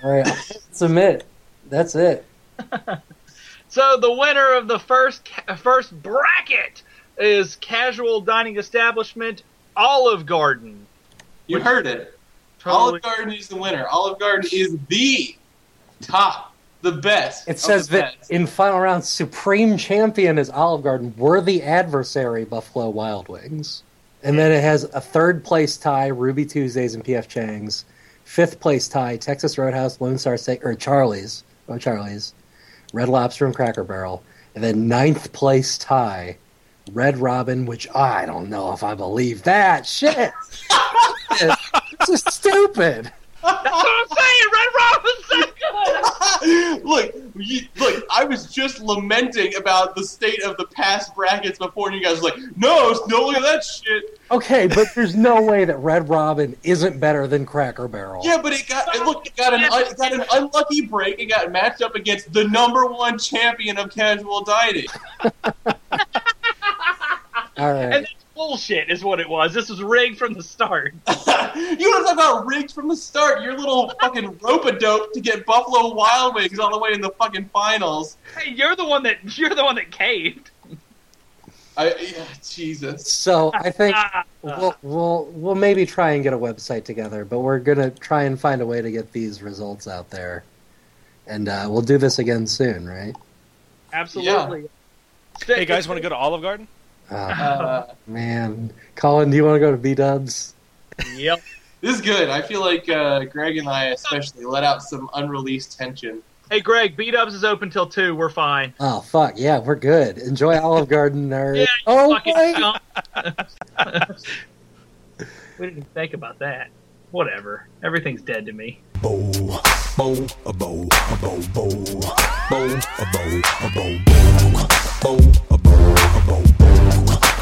All right, I'll submit. That's it.
So the winner of the first ca- first bracket is casual dining establishment Olive Garden.
You heard it.
Totally.
Olive Garden is the winner. Olive Garden is the top, the best.
It
of
says
the
that
best.
in final round, supreme champion is Olive Garden, worthy adversary Buffalo Wild Wings, and then it has a third place tie Ruby Tuesdays and PF Chang's, fifth place tie Texas Roadhouse, Lone Star Steak or Charlie's, oh Charlie's, Red Lobster and Cracker Barrel, and then ninth place tie Red Robin, which I don't know if I believe that shit. this is stupid.
That's what I'm saying. Red Robin's so good.
look, you, look. I was just lamenting about the state of the past brackets before, and you guys were like, "No, no, look at that shit."
Okay, but there's no way that Red Robin isn't better than Cracker Barrel.
Yeah, but it got it, look. It got an un, it got an unlucky break. It got matched up against the number one champion of casual dining.
All right.
And bullshit, is what it was. This was rigged from the start.
you want to talk about rigged from the start? Your little fucking rope a dope to get Buffalo Wild Wings all the way in the fucking finals.
Hey, you're the one that you're the one that caved.
I yeah, Jesus.
So I think
Ah,
we'll, we'll we'll maybe try and get a website together, but we're gonna try and find a way to get these results out there, and uh, we'll do this again soon, right?
absolutely.
Hey guys, want to go to Olive Garden?
Oh,
Uh-huh.
Uh,
man, Colin, do you want to go to B Dubs?
Yep.
this is good. I feel like uh, Greg and I especially let out some unreleased tension.
Hey Greg, B Dubs is open till two. We're fine.
Oh fuck, yeah, we're good. Enjoy Olive Garden, nerd.
Yeah, you
oh
fucking
wait,
chump. we didn't think about that. Whatever. Everything's dead to me.
bow, bow, a bow, a bow, bow, bow, a bow, a bow, bow, bow,